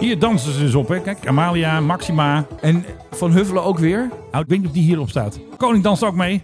Speaker 2: Hier dansen ze dus op, hè? Kijk, Amalia, Maxima.
Speaker 9: En Van Huffelen ook weer.
Speaker 2: Nou, ik weet niet of die hierop staat. Koning danst ook mee.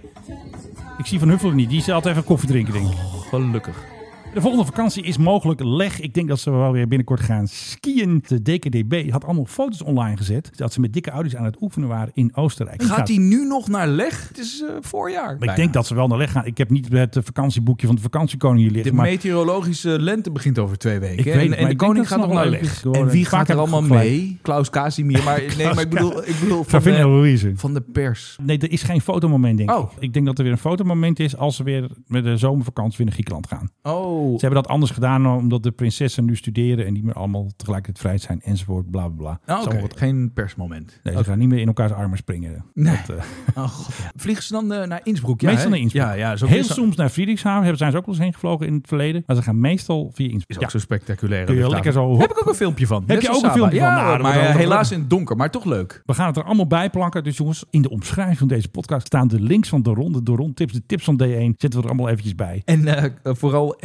Speaker 2: Ik zie Van Huffelen niet. Die is altijd even koffie drinken, denk ik.
Speaker 9: Gelukkig.
Speaker 2: De volgende vakantie is mogelijk leg. Ik denk dat ze wel weer binnenkort gaan skiën. De DKDB had allemaal foto's online gezet. Dat ze met dikke Audi's aan het oefenen waren in Oostenrijk. Nou,
Speaker 9: Gaat hij nu nog naar leg? Het is eh, voorjaar.
Speaker 2: Ik denk dat ze wel naar leg gaan. Ik heb niet het eh, vakantieboekje van de vakantiekoning hier
Speaker 9: De
Speaker 2: liggen. Maar
Speaker 9: meteorologische lente begint over twee weken.
Speaker 2: Ik
Speaker 9: hè?
Speaker 2: weet het,
Speaker 9: en,
Speaker 2: maar
Speaker 9: en de
Speaker 2: ik denk
Speaker 9: koning
Speaker 2: dat
Speaker 9: gaat
Speaker 2: ze
Speaker 9: nog
Speaker 2: nog
Speaker 9: naar
Speaker 2: wel
Speaker 9: leg.
Speaker 2: leuk is geworden.
Speaker 9: En wie
Speaker 2: Vaak
Speaker 9: gaat er
Speaker 2: heb ik
Speaker 9: allemaal
Speaker 2: gelijk.
Speaker 9: mee? Klaus Casimir. Maar, nee, maar ik bedoel, ik bedoel van,
Speaker 2: Gravin en
Speaker 9: de,
Speaker 2: Louise.
Speaker 9: van de pers.
Speaker 2: Nee, er is geen fotomoment, denk ik.
Speaker 9: Oh.
Speaker 2: Ik denk dat er weer een fotomoment is als ze weer met de zomervakantie weer naar Griekenland gaan.
Speaker 9: Oh, Oh.
Speaker 2: Ze hebben dat anders gedaan nou, omdat de prinsessen nu studeren en niet meer allemaal tegelijkertijd vrij zijn enzovoort, bla bla bla.
Speaker 9: Nou,
Speaker 2: Zo
Speaker 9: oké.
Speaker 2: wordt-
Speaker 9: Geen persmoment.
Speaker 2: Nee, ze
Speaker 9: Oké.
Speaker 2: gaan niet meer in elkaars armen springen.
Speaker 9: Nee.
Speaker 2: Dat, eh,
Speaker 9: Oh, god, ja. Vliegen ze dan eh, naar Innsbruck? Ja,
Speaker 2: meestal
Speaker 9: hè?
Speaker 2: naar Innsbruck.
Speaker 9: Ja, ja. Is ook
Speaker 2: Heel
Speaker 9: is-
Speaker 2: soms naar Friedrichshaven hebben zijn ze ook wel eens heen gevlogen in het verleden. Maar ze gaan meestal via
Speaker 9: Is
Speaker 2: Innsbruck.
Speaker 9: ook zo spectaculair.
Speaker 2: Kun je
Speaker 9: Daar
Speaker 2: lekker zo-
Speaker 9: Heb ik ook een filmpje van.
Speaker 2: je ook een filmpje van?
Speaker 9: ja,
Speaker 2: Nou, dat
Speaker 9: maar
Speaker 2: wordt wel
Speaker 9: eh,
Speaker 2: toch
Speaker 9: helaas
Speaker 2: leuk.
Speaker 9: in het donker. Maar toch leuk.
Speaker 2: We gaan het er allemaal bij plakken. Dus jongens, in de omschrijving van deze podcast staan de links van de ronde, de rondtips, de tips van D1. Zetten we er allemaal eventjes bij.
Speaker 9: En eh, vooral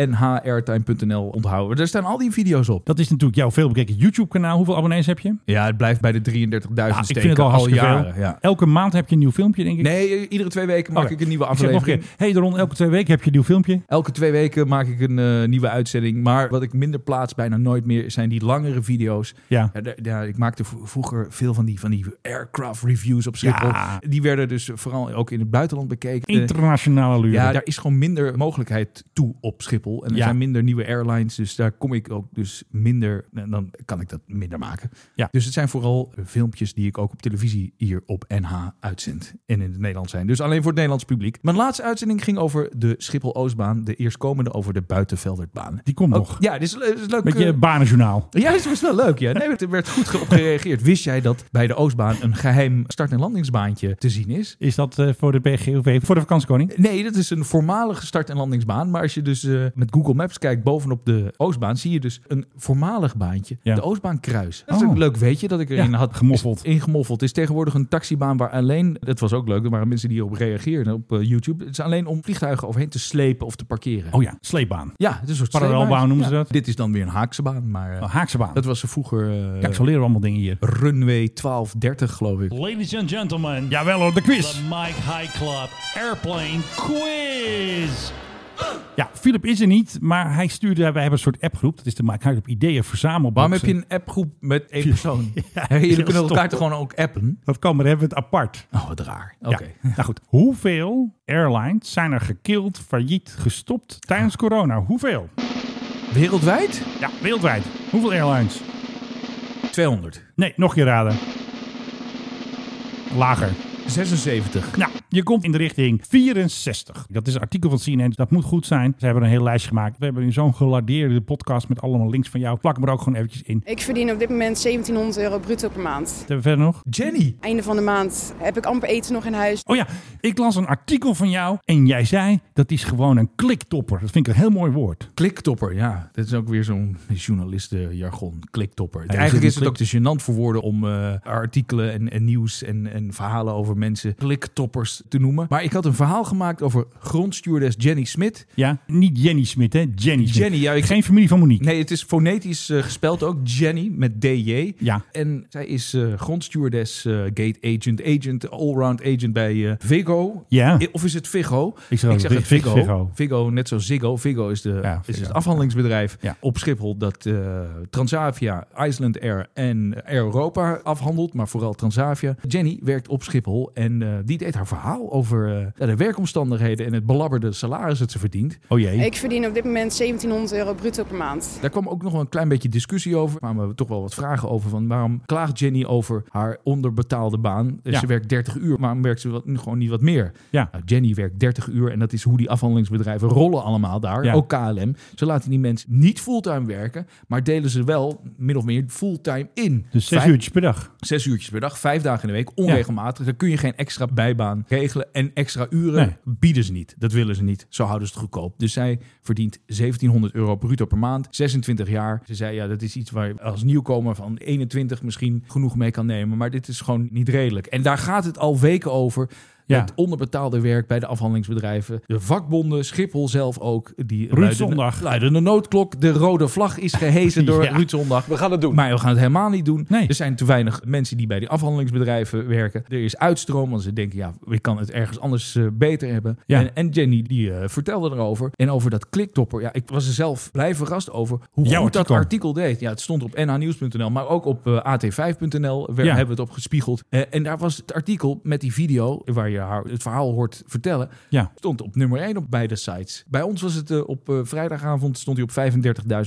Speaker 9: nhrtime.nl onthouden. Daar staan al die video's op.
Speaker 2: Dat is natuurlijk jouw veelbekeken YouTube-kanaal. Hoeveel abonnees heb je?
Speaker 9: Ja, het blijft bij de 33.000
Speaker 2: Ja,
Speaker 9: steken.
Speaker 2: ik vind het al hartstikke
Speaker 9: jaren.
Speaker 2: veel.
Speaker 9: Ja.
Speaker 2: Elke maand heb je een nieuw filmpje, denk ik.
Speaker 9: Nee, eh, iedere twee weken maak
Speaker 2: Oké.
Speaker 9: ik een nieuwe
Speaker 2: Ik zeg nog een
Speaker 9: aflevering.
Speaker 2: keer. hey, de ronde elke twee weken heb je een nieuw filmpje.
Speaker 9: Elke twee weken maak ik een eh, nieuwe uitzending. Maar wat ik minder plaats, bijna nooit meer, zijn die langere video's.
Speaker 2: Ja.
Speaker 9: Ja, daar- daar- ik maakte v- vroeger veel van die, van die aircraft reviews op Schiphol.
Speaker 2: Ja.
Speaker 9: Die werden dus vooral ook in het buitenland bekeken. Eh,
Speaker 2: Internationale luren.
Speaker 9: Ja, daar is gewoon minder mogelijkheid toe op Schiphol. En er
Speaker 2: Ja.
Speaker 9: zijn minder nieuwe airlines, dus daar kom ik ook dus minder... en Dan kan ik dat minder maken.
Speaker 2: Ja.
Speaker 9: Dus het zijn vooral eh, filmpjes die ik ook op televisie hier op NH uitzend. En in het Nederlands zijn. Dus alleen voor het Nederlands publiek. Mijn laatste uitzending ging over de Schiphol-Oostbaan. De eerstkomende over de Buitenveldertbaan.
Speaker 2: Die komt
Speaker 9: Ook-
Speaker 2: nog.
Speaker 9: Ja, dit is, dit is leuk.
Speaker 2: Met je
Speaker 9: eh,
Speaker 2: banenjournaal.
Speaker 9: ja, dat was wel leuk. Ja. Nee, er werd goed op gereageerd. Wist jij dat bij de Oostbaan een geheim start- en landingsbaantje te zien is?
Speaker 2: Is dat eh, voor de PGOV, voor de vakantiekoning?
Speaker 9: Nee, dat is een voormalige start- en landingsbaan. Maar als je dus eh, met Google Maps kijkt bovenop de Oostbaan, zie je dus een voormalig baantje.
Speaker 2: Ja.
Speaker 9: De Oostbaan kruis. Dat is
Speaker 2: Oh.
Speaker 9: ook een leuk weetje dat ik erin
Speaker 2: Ja,
Speaker 9: had
Speaker 2: gemoffeld.
Speaker 9: is Ingemoffeld. Het is tegenwoordig een taxibaan waar alleen, dat was ook leuk, er waren mensen die op reageerden op eh, YouTube. Het is alleen om vliegtuigen overheen te slepen of te parkeren.
Speaker 2: Oh ja, sleepbaan.
Speaker 9: Ja, het is een soort
Speaker 2: Parallelbaan
Speaker 9: sleepbaan.
Speaker 2: noemen ze
Speaker 9: Ja.
Speaker 2: dat.
Speaker 9: Dit is dan weer een haakse baan, maar eh,
Speaker 2: Oh, Haakse baan.
Speaker 9: dat was ze vroeger eh,
Speaker 2: Ja, ik zo leren we allemaal dingen hier.
Speaker 9: runway 1230 geloof ik.
Speaker 1: Ladies and gentlemen,
Speaker 2: Jawel hoor, de quiz.
Speaker 1: the Mike High Club Airplane Quiz.
Speaker 2: Ja, Philip is er niet, maar hij stuurde, wij hebben een soort appgroep. Dat is de Mike High Club Ideeën Verzamelbox.
Speaker 9: Waarom heb je een appgroep met één persoon? Hey,
Speaker 2: heel
Speaker 9: Jullie kunnen elkaar
Speaker 2: stom.
Speaker 9: toch gewoon ook appen?
Speaker 2: Dat kan, maar dan hebben we het apart.
Speaker 9: Oh, wat raar. Oké.
Speaker 2: Ja. Nou goed, hoeveel airlines zijn er gekild, failliet, gestopt tijdens
Speaker 9: Ah.
Speaker 2: corona? Hoeveel?
Speaker 9: Wereldwijd?
Speaker 2: Ja, wereldwijd. Hoeveel airlines?
Speaker 9: 200.
Speaker 2: Nee, nog je raden. Lager.
Speaker 9: 76.
Speaker 2: Nou, je komt in de richting 64. Dat is een artikel van CNN. dus Dat moet goed zijn. Ze hebben een heel lijstje gemaakt. We hebben in zo'n gelardeerde podcast met allemaal links van jou. Plak hem er ook gewoon eventjes in.
Speaker 11: Ik verdien op dit moment 1700 euro bruto per maand.
Speaker 2: Hebben we verder nog?
Speaker 9: Jenny.
Speaker 11: Einde van de maand heb ik amper eten nog in huis.
Speaker 2: Oh ja, ik las een artikel van jou en jij zei dat is gewoon een kliktopper. Dat vind ik een heel mooi woord.
Speaker 9: Kliktopper, ja. Dat is ook weer zo'n journalistenjargon. Kliktopper.
Speaker 2: dat
Speaker 9: Eigenlijk
Speaker 2: is
Speaker 9: is
Speaker 2: een
Speaker 9: het ook te gênant voor woorden om eh, artikelen en, en nieuws en, en verhalen over mensen kliktoppers te noemen. Maar ik had een verhaal gemaakt over grondstuurdes Jenny Smit.
Speaker 2: Ja, niet Jenny Smit, hè? Jenny. Smit.
Speaker 9: Jenny, ja, ik-
Speaker 2: Geen familie van Monique.
Speaker 9: Nee, het is fonetisch eh, gespeld ook. Jenny met DJ.
Speaker 2: Ja.
Speaker 9: En zij is eh grondstuurdes, eh, gate agent, agent, allround agent bij eh, Vigo.
Speaker 2: Ja.
Speaker 9: Eh, Of is het Vigo?
Speaker 2: Ah. Ik zeg
Speaker 9: het
Speaker 2: Vig-
Speaker 9: Vigo.
Speaker 2: Vigo.
Speaker 9: Vigo. net zo Ziggo. Vigo is, de,
Speaker 2: Ja,
Speaker 9: is
Speaker 2: Vigo.
Speaker 9: het afhandelingsbedrijf
Speaker 2: Ja.
Speaker 9: op Schiphol dat eh, Transavia, Iceland Air en Air Europa afhandelt. Maar vooral Transavia. Jenny werkt op Schiphol en eh, die deed haar verhaal over eh, ja, de werkomstandigheden en het belabberde salaris dat ze verdient.
Speaker 2: Oh jee.
Speaker 11: Ik verdien op dit moment 1700 euro bruto per maand.
Speaker 9: Daar kwam ook nog wel een klein beetje discussie over. Er kwamen toch wel wat vragen over. Van waarom klaagt Jenny over haar onderbetaalde baan? Eh,
Speaker 2: Ja.
Speaker 9: Ze werkt 30 uur, waarom werkt ze wat, gewoon niet wat meer?
Speaker 2: Ja.
Speaker 9: Nou, Jenny werkt 30 uur en dat is hoe die afhandelingsbedrijven rollen allemaal daar.
Speaker 2: Ja.
Speaker 9: Ook KLM. Ze laten die mensen niet fulltime werken, maar delen ze wel min of meer fulltime in.
Speaker 2: Dus zes
Speaker 9: Vijf-
Speaker 2: uurtjes per dag.
Speaker 9: Zes uurtjes per dag, vijf dagen in de week, onregelmatig. Dan kun je geen extra bijbaan regelen. En extra uren bieden ze niet. Dat willen ze niet. Zo houden ze het goedkoop. Dus zij verdient 1700 euro bruto per maand, 26 jaar. Ze zei, ja, dat is iets waar je als nieuwkomer van 21 misschien genoeg mee kan nemen. Maar dit is gewoon niet redelijk. En daar gaat het al weken over.
Speaker 2: Ja.
Speaker 9: Het onderbetaalde werk bij de afhandelingsbedrijven. De vakbonden, Schiphol zelf ook. Die
Speaker 2: Ruud
Speaker 9: luiden-
Speaker 2: Zondag.
Speaker 9: luiden de noodklok. De rode vlag is gehezen door
Speaker 2: Ja.
Speaker 9: Ruud Zondag.
Speaker 7: We gaan het doen.
Speaker 9: Maar we gaan het helemaal niet doen.
Speaker 2: Nee.
Speaker 9: Er zijn te weinig mensen die bij die afhandelingsbedrijven werken. Er is uitstroom, want ze denken, ja, ik kan het ergens anders eh, beter hebben.
Speaker 2: Ja.
Speaker 9: En, en Jenny, die eh, vertelde erover. En over dat kliktopper. Ja, ik was er zelf blij verrast over hoe
Speaker 2: Jouw
Speaker 9: goed dat
Speaker 2: artikel.
Speaker 9: artikel deed. Ja, het stond op nhnieuws.nl, maar ook op eh, at5.nl werd-
Speaker 2: Ja.
Speaker 9: hebben we het op gespiegeld. Eh, en daar was het artikel met die video, waar je je haar- het verhaal hoort vertellen,
Speaker 2: Ja.
Speaker 9: stond op nummer 1 op beide sites. Bij ons was het eh, op eh, vrijdagavond stond hij op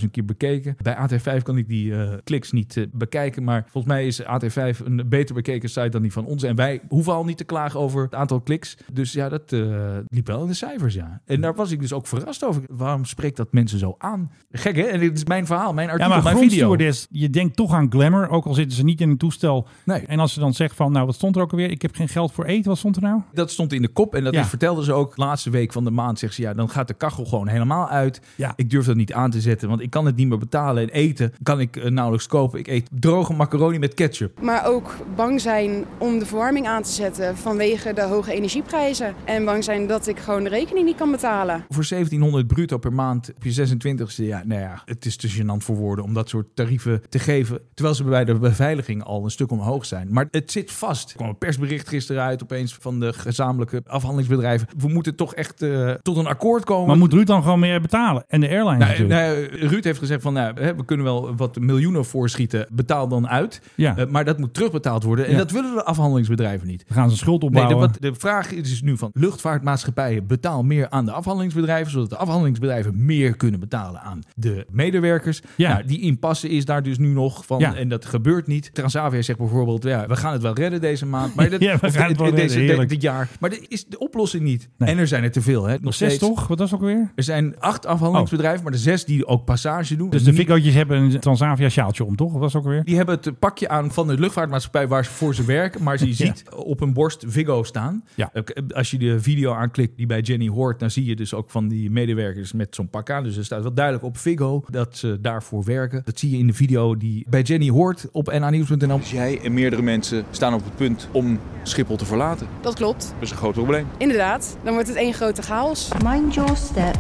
Speaker 9: 35.000 keer bekeken. Bij AT5 kan ik die eh, kliks niet eh, bekijken, maar volgens mij is AT5 een beter bekeken site dan die van ons. En wij hoeven al niet te klagen over het aantal kliks. Dus ja, dat eh, liep wel in de cijfers, ja. En daar was ik dus ook verrast over. Waarom spreekt dat mensen zo aan? Gek, hè? En dit is mijn verhaal, mijn
Speaker 2: Ja,
Speaker 9: artikel,
Speaker 2: maar
Speaker 9: mijn video.
Speaker 2: grondstewardess, je denkt toch aan glamour, ook al zitten ze niet in een toestel.
Speaker 9: Nee.
Speaker 2: En als ze dan zegt van, nou wat stond er ook alweer? Ik heb geen geld voor eten, wat stond er nou?
Speaker 9: Dat stond in de kop en dat
Speaker 2: Ja.
Speaker 9: is, vertelde ze ook. Laatste week van de maand zegt ze, ja, dan gaat de kachel gewoon helemaal uit.
Speaker 2: Ja.
Speaker 9: Ik durf dat niet aan te zetten, want ik kan het niet meer betalen. En eten kan ik eh, nauwelijks kopen. Ik eet droge macaroni met ketchup.
Speaker 11: Maar ook bang zijn om de verwarming aan te zetten vanwege de hoge energieprijzen. En bang zijn dat ik gewoon de rekening niet kan betalen.
Speaker 9: Voor 1700 bruto per maand op je 26e. Ja, nou ja, het is te gênant voor woorden om dat soort tarieven te geven. Terwijl ze bij de beveiliging al een stuk omhoog zijn. Maar het zit vast. Er kwam een persbericht gisteren uit opeens van de gezamenlijke afhandelingsbedrijven. We moeten toch echt eh, tot een akkoord komen.
Speaker 2: Maar moet Ruud dan gewoon meer betalen? En de airline
Speaker 9: Nou,
Speaker 2: natuurlijk.
Speaker 9: nou, Ruud heeft gezegd van, nou, hè, we kunnen wel wat miljoenen voorschieten, betaal dan uit.
Speaker 2: Ja.
Speaker 9: Eh, maar dat moet terugbetaald worden. En
Speaker 2: Ja.
Speaker 9: dat willen de afhandelingsbedrijven niet.
Speaker 2: Dan gaan ze een schuld
Speaker 9: Nee, de,
Speaker 2: opbouwen.
Speaker 9: wat, de vraag is dus nu van luchtvaartmaatschappijen betaal meer aan de afhandelingsbedrijven, zodat de afhandelingsbedrijven meer kunnen betalen aan de medewerkers.
Speaker 2: Ja.
Speaker 9: Nou, die impasse is daar dus nu nog van
Speaker 2: Ja.
Speaker 9: en dat gebeurt niet. Transavia zegt bijvoorbeeld, ja, we gaan het wel redden deze maand, maar dat,
Speaker 2: Ja, we
Speaker 9: of
Speaker 2: gaan het wel
Speaker 9: de-
Speaker 2: redden,
Speaker 9: deze, de-
Speaker 2: heerlijk.
Speaker 9: dit jaar. Maar dat is de oplossing niet.
Speaker 2: Nee.
Speaker 9: En er zijn er te veel. Hè. Nog
Speaker 2: Zes
Speaker 9: steeds.
Speaker 2: toch? Wat was ook weer?
Speaker 9: Er zijn acht afhandelingsbedrijven, maar de zes die ook passage doen.
Speaker 2: Dus de Vicootjes hebben een Transavia sjaaltje om, toch? Wat was ook weer?
Speaker 9: die hebben het pakje aan van de luchtvaartmaatschappij waar ze voor ze werken. Maar je
Speaker 2: Ja.
Speaker 9: ziet op hun borst Vigo staan.
Speaker 2: Ja.
Speaker 9: Ook eh, Als je de video aanklikt die bij Jenny hoort, dan zie je dus ook van die medewerkers met zo'n pak aan. Dus er staat wel duidelijk op Vigo dat ze daarvoor werken. Dat zie je in de video die bij Jenny hoort op nanieuws.nl.
Speaker 12: Dus Jij en meerdere mensen staan op het punt om Schiphol te verlaten.
Speaker 11: Dat klopt,
Speaker 12: Dat is een groot probleem.
Speaker 11: inderdaad. Dan wordt het één grote chaos.
Speaker 8: Mind your step.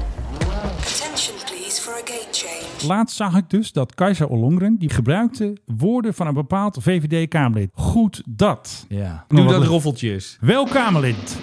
Speaker 13: Attention please for a gate change.
Speaker 2: Laatst zag ik dus dat Kajsa Ollongren, die gebruikte woorden van een bepaald VVD-Kamerlid. Goed dat.
Speaker 9: Ja.
Speaker 2: Nou,
Speaker 9: Doe
Speaker 2: wat
Speaker 9: dat
Speaker 2: leuk.
Speaker 9: roffeltje eens.
Speaker 2: Wel Kamerlid.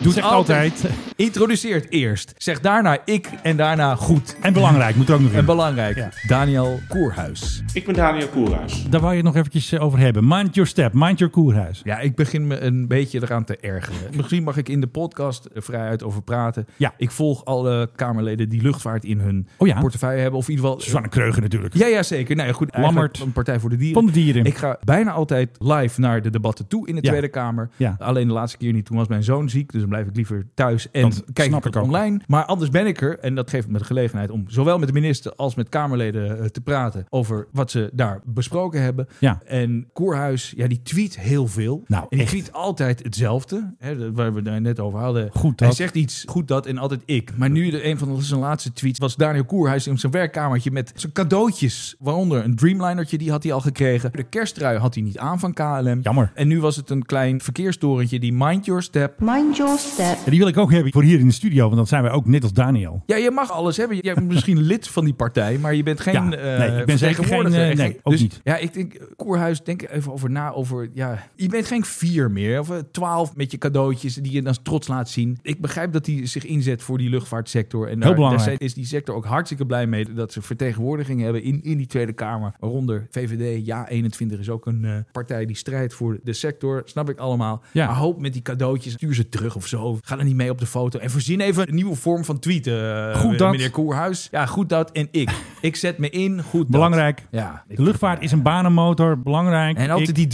Speaker 9: Doet
Speaker 2: Zegt altijd.
Speaker 9: Introduceert eerst. Zeg daarna ik en daarna goed.
Speaker 2: En belangrijk, moet er ook nog
Speaker 9: En
Speaker 2: in.
Speaker 9: belangrijk, Daniel Koerhuis.
Speaker 14: Ik ben Daniel Koelhuis.
Speaker 2: Daar wou je het nog eventjes eh, over hebben. Mind your step, mind your koerhuis.
Speaker 9: Ja, ik begin me een beetje eraan te ergeren. Misschien mag ik in de podcast er vrijuit over praten.
Speaker 2: Ja.
Speaker 9: Ik volg alle Kamerleden die luchtvaart in hun
Speaker 2: Oh ja.
Speaker 9: portefeuille hebben. Of in ieder geval...
Speaker 2: Zwanne Kreugen natuurlijk.
Speaker 9: Ja, ja, zeker. Nou ja, goed. eigenlijk
Speaker 2: Lammert.
Speaker 9: Een Partij voor de Dieren.
Speaker 2: Van de dieren.
Speaker 9: Ik ga bijna altijd live naar de debatten toe in de
Speaker 2: Ja.
Speaker 9: Tweede Kamer.
Speaker 2: Ja.
Speaker 9: Alleen de laatste keer niet. Toen was mijn zoon ziek. Dus dan blijf ik liever thuis en
Speaker 2: Dat
Speaker 9: kijk
Speaker 2: snap
Speaker 9: ik het
Speaker 2: ik ook.
Speaker 9: online. Maar anders ben ik er. En dat geeft me de gelegenheid om zowel met de minister als met Kamerleden eh, te praten over wat ze daar besproken hebben.
Speaker 2: Ja.
Speaker 9: En Koerhuis, ja, die tweet heel veel.
Speaker 2: Nou,
Speaker 9: en die
Speaker 2: echt.
Speaker 9: tweet altijd hetzelfde. Hè, dat- waar we het net over hadden.
Speaker 2: Goed
Speaker 9: Hij
Speaker 2: dat.
Speaker 9: zegt iets, goed dat en altijd ik. Maar nu, de, een van zijn laatste tweets was Daniel Koerhuis in zijn werkkamertje met zijn cadeautjes. Waaronder een Dreamlinertje, die had hij al gekregen. De kersttrui had hij niet aan van KLM.
Speaker 2: Jammer.
Speaker 9: En nu was het een klein verkeerstorentje, die Mind Your Step.
Speaker 8: Mind your step.
Speaker 2: Ja, die wil ik ook hebben voor hier in de studio, want dan zijn wij ook net als Daniel.
Speaker 9: Ja, je mag alles hebben. Jij bent misschien lid van die partij, maar je bent geen.
Speaker 2: Ja,
Speaker 9: eh,
Speaker 2: nee, ik ben zeker geen,
Speaker 9: vertegenwoordiger.
Speaker 2: eh, nee, ook
Speaker 9: dus,
Speaker 2: niet.
Speaker 9: Ja, ik denk, eh, Koerhuis, denk even over na. Over, ja, je bent geen vier meer, of eh, twaalf met je cadeautjes die je dan trots laat zien. Ik begrijp dat hij zich inzet voor die luchtvaartsector. En daar,
Speaker 2: belangrijk.
Speaker 9: daar zijn- is die sector ook hartstikke blij mee dat ze vertegenwoordiging hebben in, in die Tweede Kamer. Waaronder VVD, Ja21 is ook een eh, partij die strijdt voor de sector. Snap ik allemaal.
Speaker 2: Ja.
Speaker 9: Maar hoop met die cadeautjes, stuur ze terug of zo. Ga er niet mee op de foto. En voorzien even een nieuwe vorm van tweeten. eh,
Speaker 2: Goed dat.
Speaker 9: Meneer Koerhuis. Ja, goed dat. En ik. Ik zet me in. Goed dat.
Speaker 2: Belangrijk.
Speaker 9: Ja. eh,
Speaker 2: De luchtvaart is een banenmotor, belangrijk.
Speaker 9: En ook
Speaker 2: Ik- Ah,
Speaker 9: die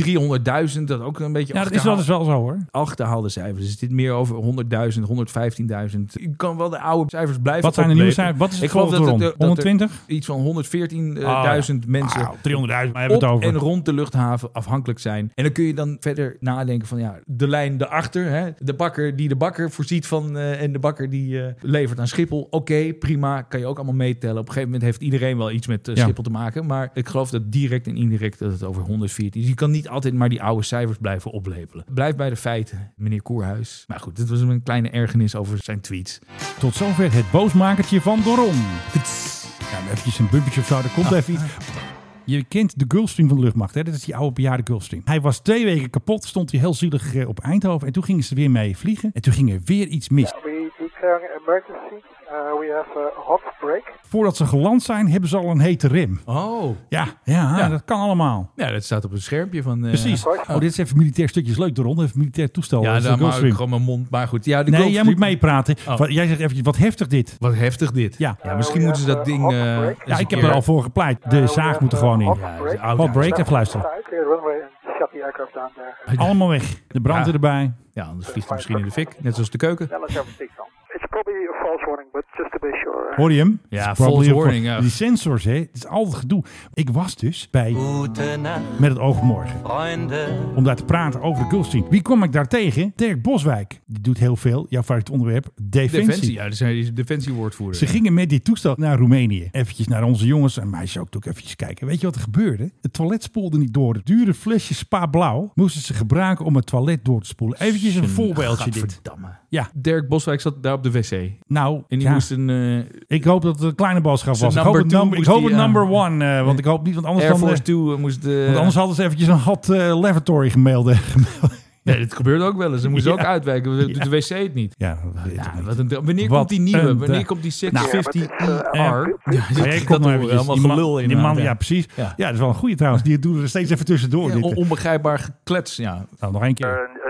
Speaker 9: 300.000, dat ook een beetje
Speaker 2: ja, dat is wel,
Speaker 9: achterhaald-
Speaker 2: dat is wel zo hoor.
Speaker 9: achterhaalde cijfers. Is dit meer over 100.000, 115.000? Ik kan wel de oude cijfers blijven
Speaker 2: Wat zijn de nieuwe
Speaker 9: oplepen.
Speaker 2: cijfers? Wat is het
Speaker 9: Ik geloof dat
Speaker 2: volgende
Speaker 9: het,
Speaker 2: rond?
Speaker 9: eh, dat er
Speaker 2: 120?
Speaker 9: Iets van 114.000
Speaker 2: Ah,
Speaker 9: mensen
Speaker 2: Wauw, 300.000, maar hebben we het
Speaker 9: op
Speaker 2: over.
Speaker 9: en rond de luchthaven afhankelijk zijn. En dan kun je dan verder nadenken van ja, de lijn daarachter. Hè? De bakker die de bakker voorziet van eh, en de bakker die eh, levert aan Schiphol. Oké, prima. Kan je ook allemaal meetellen. Op een gegeven moment heeft iedereen wel iets met eh,
Speaker 2: Ja.
Speaker 9: Schiphol te maken. Maar ik geloof dat direct en indirect dat het over 114 is. Je kan niet altijd maar die oude cijfers blijven oplepelen. Blijf bij de feiten, meneer Koerhuis. Maar goed, dit was een kleine ergernis over zijn tweets.
Speaker 2: Tot zover het boosmakertje van Doron. Ja, maar eventjes een bumpertje of zo, er komt even iets. Je kent de Gulfstream van de luchtmacht, hè? dat is die oude bejaarde Gulfstream. Hij was twee weken kapot, stond hij heel zielig eh, op Eindhoven. En toen gingen ze er weer mee vliegen en toen ging er weer iets mis.
Speaker 4: We declaring emergency. Uh, we have a hot break.
Speaker 2: Voordat ze geland zijn, hebben ze al een hete rim.
Speaker 9: Oh.
Speaker 2: Ja, ja, dat kan allemaal.
Speaker 9: Ja, dat staat op een schermpje van... eh,
Speaker 2: Precies. Oh, dit is even militair stukjes leuk eronder. Even militair toestel.
Speaker 9: Ja,
Speaker 2: Dat is
Speaker 9: daar
Speaker 2: de
Speaker 9: maak dus ik
Speaker 2: Gulfstream.
Speaker 9: gewoon mijn mond. Maar goed. Ja, de
Speaker 2: Nee,
Speaker 9: Gulf
Speaker 2: jij moet
Speaker 9: Stream-
Speaker 2: meepraten.
Speaker 9: Oh.
Speaker 2: Wat- Jij zegt even, wat heftig dit.
Speaker 9: Wat heftig dit.
Speaker 2: Ja,
Speaker 9: Ja, misschien moeten ze dat ding... eh, eens
Speaker 2: ja
Speaker 9: een
Speaker 2: ik heb
Speaker 9: keer-
Speaker 2: er al voor gepleit.
Speaker 4: Eh,
Speaker 2: De zaag moet er gewoon in.
Speaker 9: break.
Speaker 2: Hot break, even luisteren.
Speaker 4: Five, clear the runway eh, and shut the aircraft down there.
Speaker 2: Allemaal weg. De brand
Speaker 9: Ja.
Speaker 2: erbij.
Speaker 9: Ja, anders vliegt hij misschien in de fik. Net zoals de keuken.
Speaker 4: It's probably a false warning, but just to be sure. eh,
Speaker 2: Hoor je hem?
Speaker 9: Ja,
Speaker 2: It's probably
Speaker 9: false
Speaker 2: a-
Speaker 9: warning, ja.
Speaker 2: Die sensors, hè. Het is altijd gedoe. Ik was dus bij Met het oog op morgen. Om daar te praten over de Gulfstream. Wie kwam ik daar tegen? Dirk Boswijk. Die doet heel veel. Jouw favoriete onderwerp. Defensie.
Speaker 9: Defensie. Ja, dat zijn die defensiewoordvoerder.
Speaker 2: Ze gingen met dit toestel naar Roemenië. Eventjes naar onze jongens en meisjes ook natuurlijk eventjes kijken. Weet je wat er gebeurde? Het toilet spoelde niet door. De dure flesjes spa blauw moesten ze gebruiken om het toilet door te spoelen. Eventjes een voorbeeldje dit.
Speaker 9: Gadverdamme.
Speaker 2: Ja,
Speaker 9: Dirk Boswijk zat daar op de wc. En
Speaker 2: nou,
Speaker 9: die
Speaker 2: ja.
Speaker 9: moest een... eh,
Speaker 2: ik hoop dat het een kleine boodschap
Speaker 9: Zijn
Speaker 2: was. Ik hoop
Speaker 9: number
Speaker 2: het,
Speaker 9: two
Speaker 2: number, ik
Speaker 9: moest
Speaker 2: hoop
Speaker 9: die,
Speaker 2: het
Speaker 9: ja.
Speaker 2: number one, eh, want ik hoop niet, want anders,
Speaker 9: Air
Speaker 2: dan, eh,
Speaker 9: Force 2 moest... eh,
Speaker 2: want anders hadden ze eventjes een hot eh, lavatory gemelde.
Speaker 9: Nee, dit gebeurde ook wel eens. Ze moesten
Speaker 2: Ja.
Speaker 9: ook uitwijken. Doet de wc het niet.
Speaker 2: ja, dat weet ik
Speaker 9: Ja,
Speaker 2: niet.
Speaker 9: wat een, dra- wanneer
Speaker 2: Wat
Speaker 9: komt die nieuwe?
Speaker 2: een
Speaker 9: Wanneer
Speaker 2: dra-
Speaker 9: komt die
Speaker 2: Nou,
Speaker 9: 650 R?
Speaker 2: eh,
Speaker 9: Ja,
Speaker 2: Maar jij
Speaker 9: dat-
Speaker 2: komt
Speaker 9: dat
Speaker 2: nog
Speaker 9: hoor je
Speaker 2: nou eventjes.
Speaker 9: allemaal
Speaker 2: Die man-
Speaker 9: gelul in. eh,
Speaker 2: die man, ja. precies. Ja.
Speaker 9: Ja.
Speaker 2: dat is wel een goede trouwens. Die doen we er steeds even tussendoor.
Speaker 9: Ja, oh,
Speaker 2: dit. eh.
Speaker 9: on- onbegrijpbaar geklets. Ja.
Speaker 2: Nou, nog één keer.
Speaker 4: eh,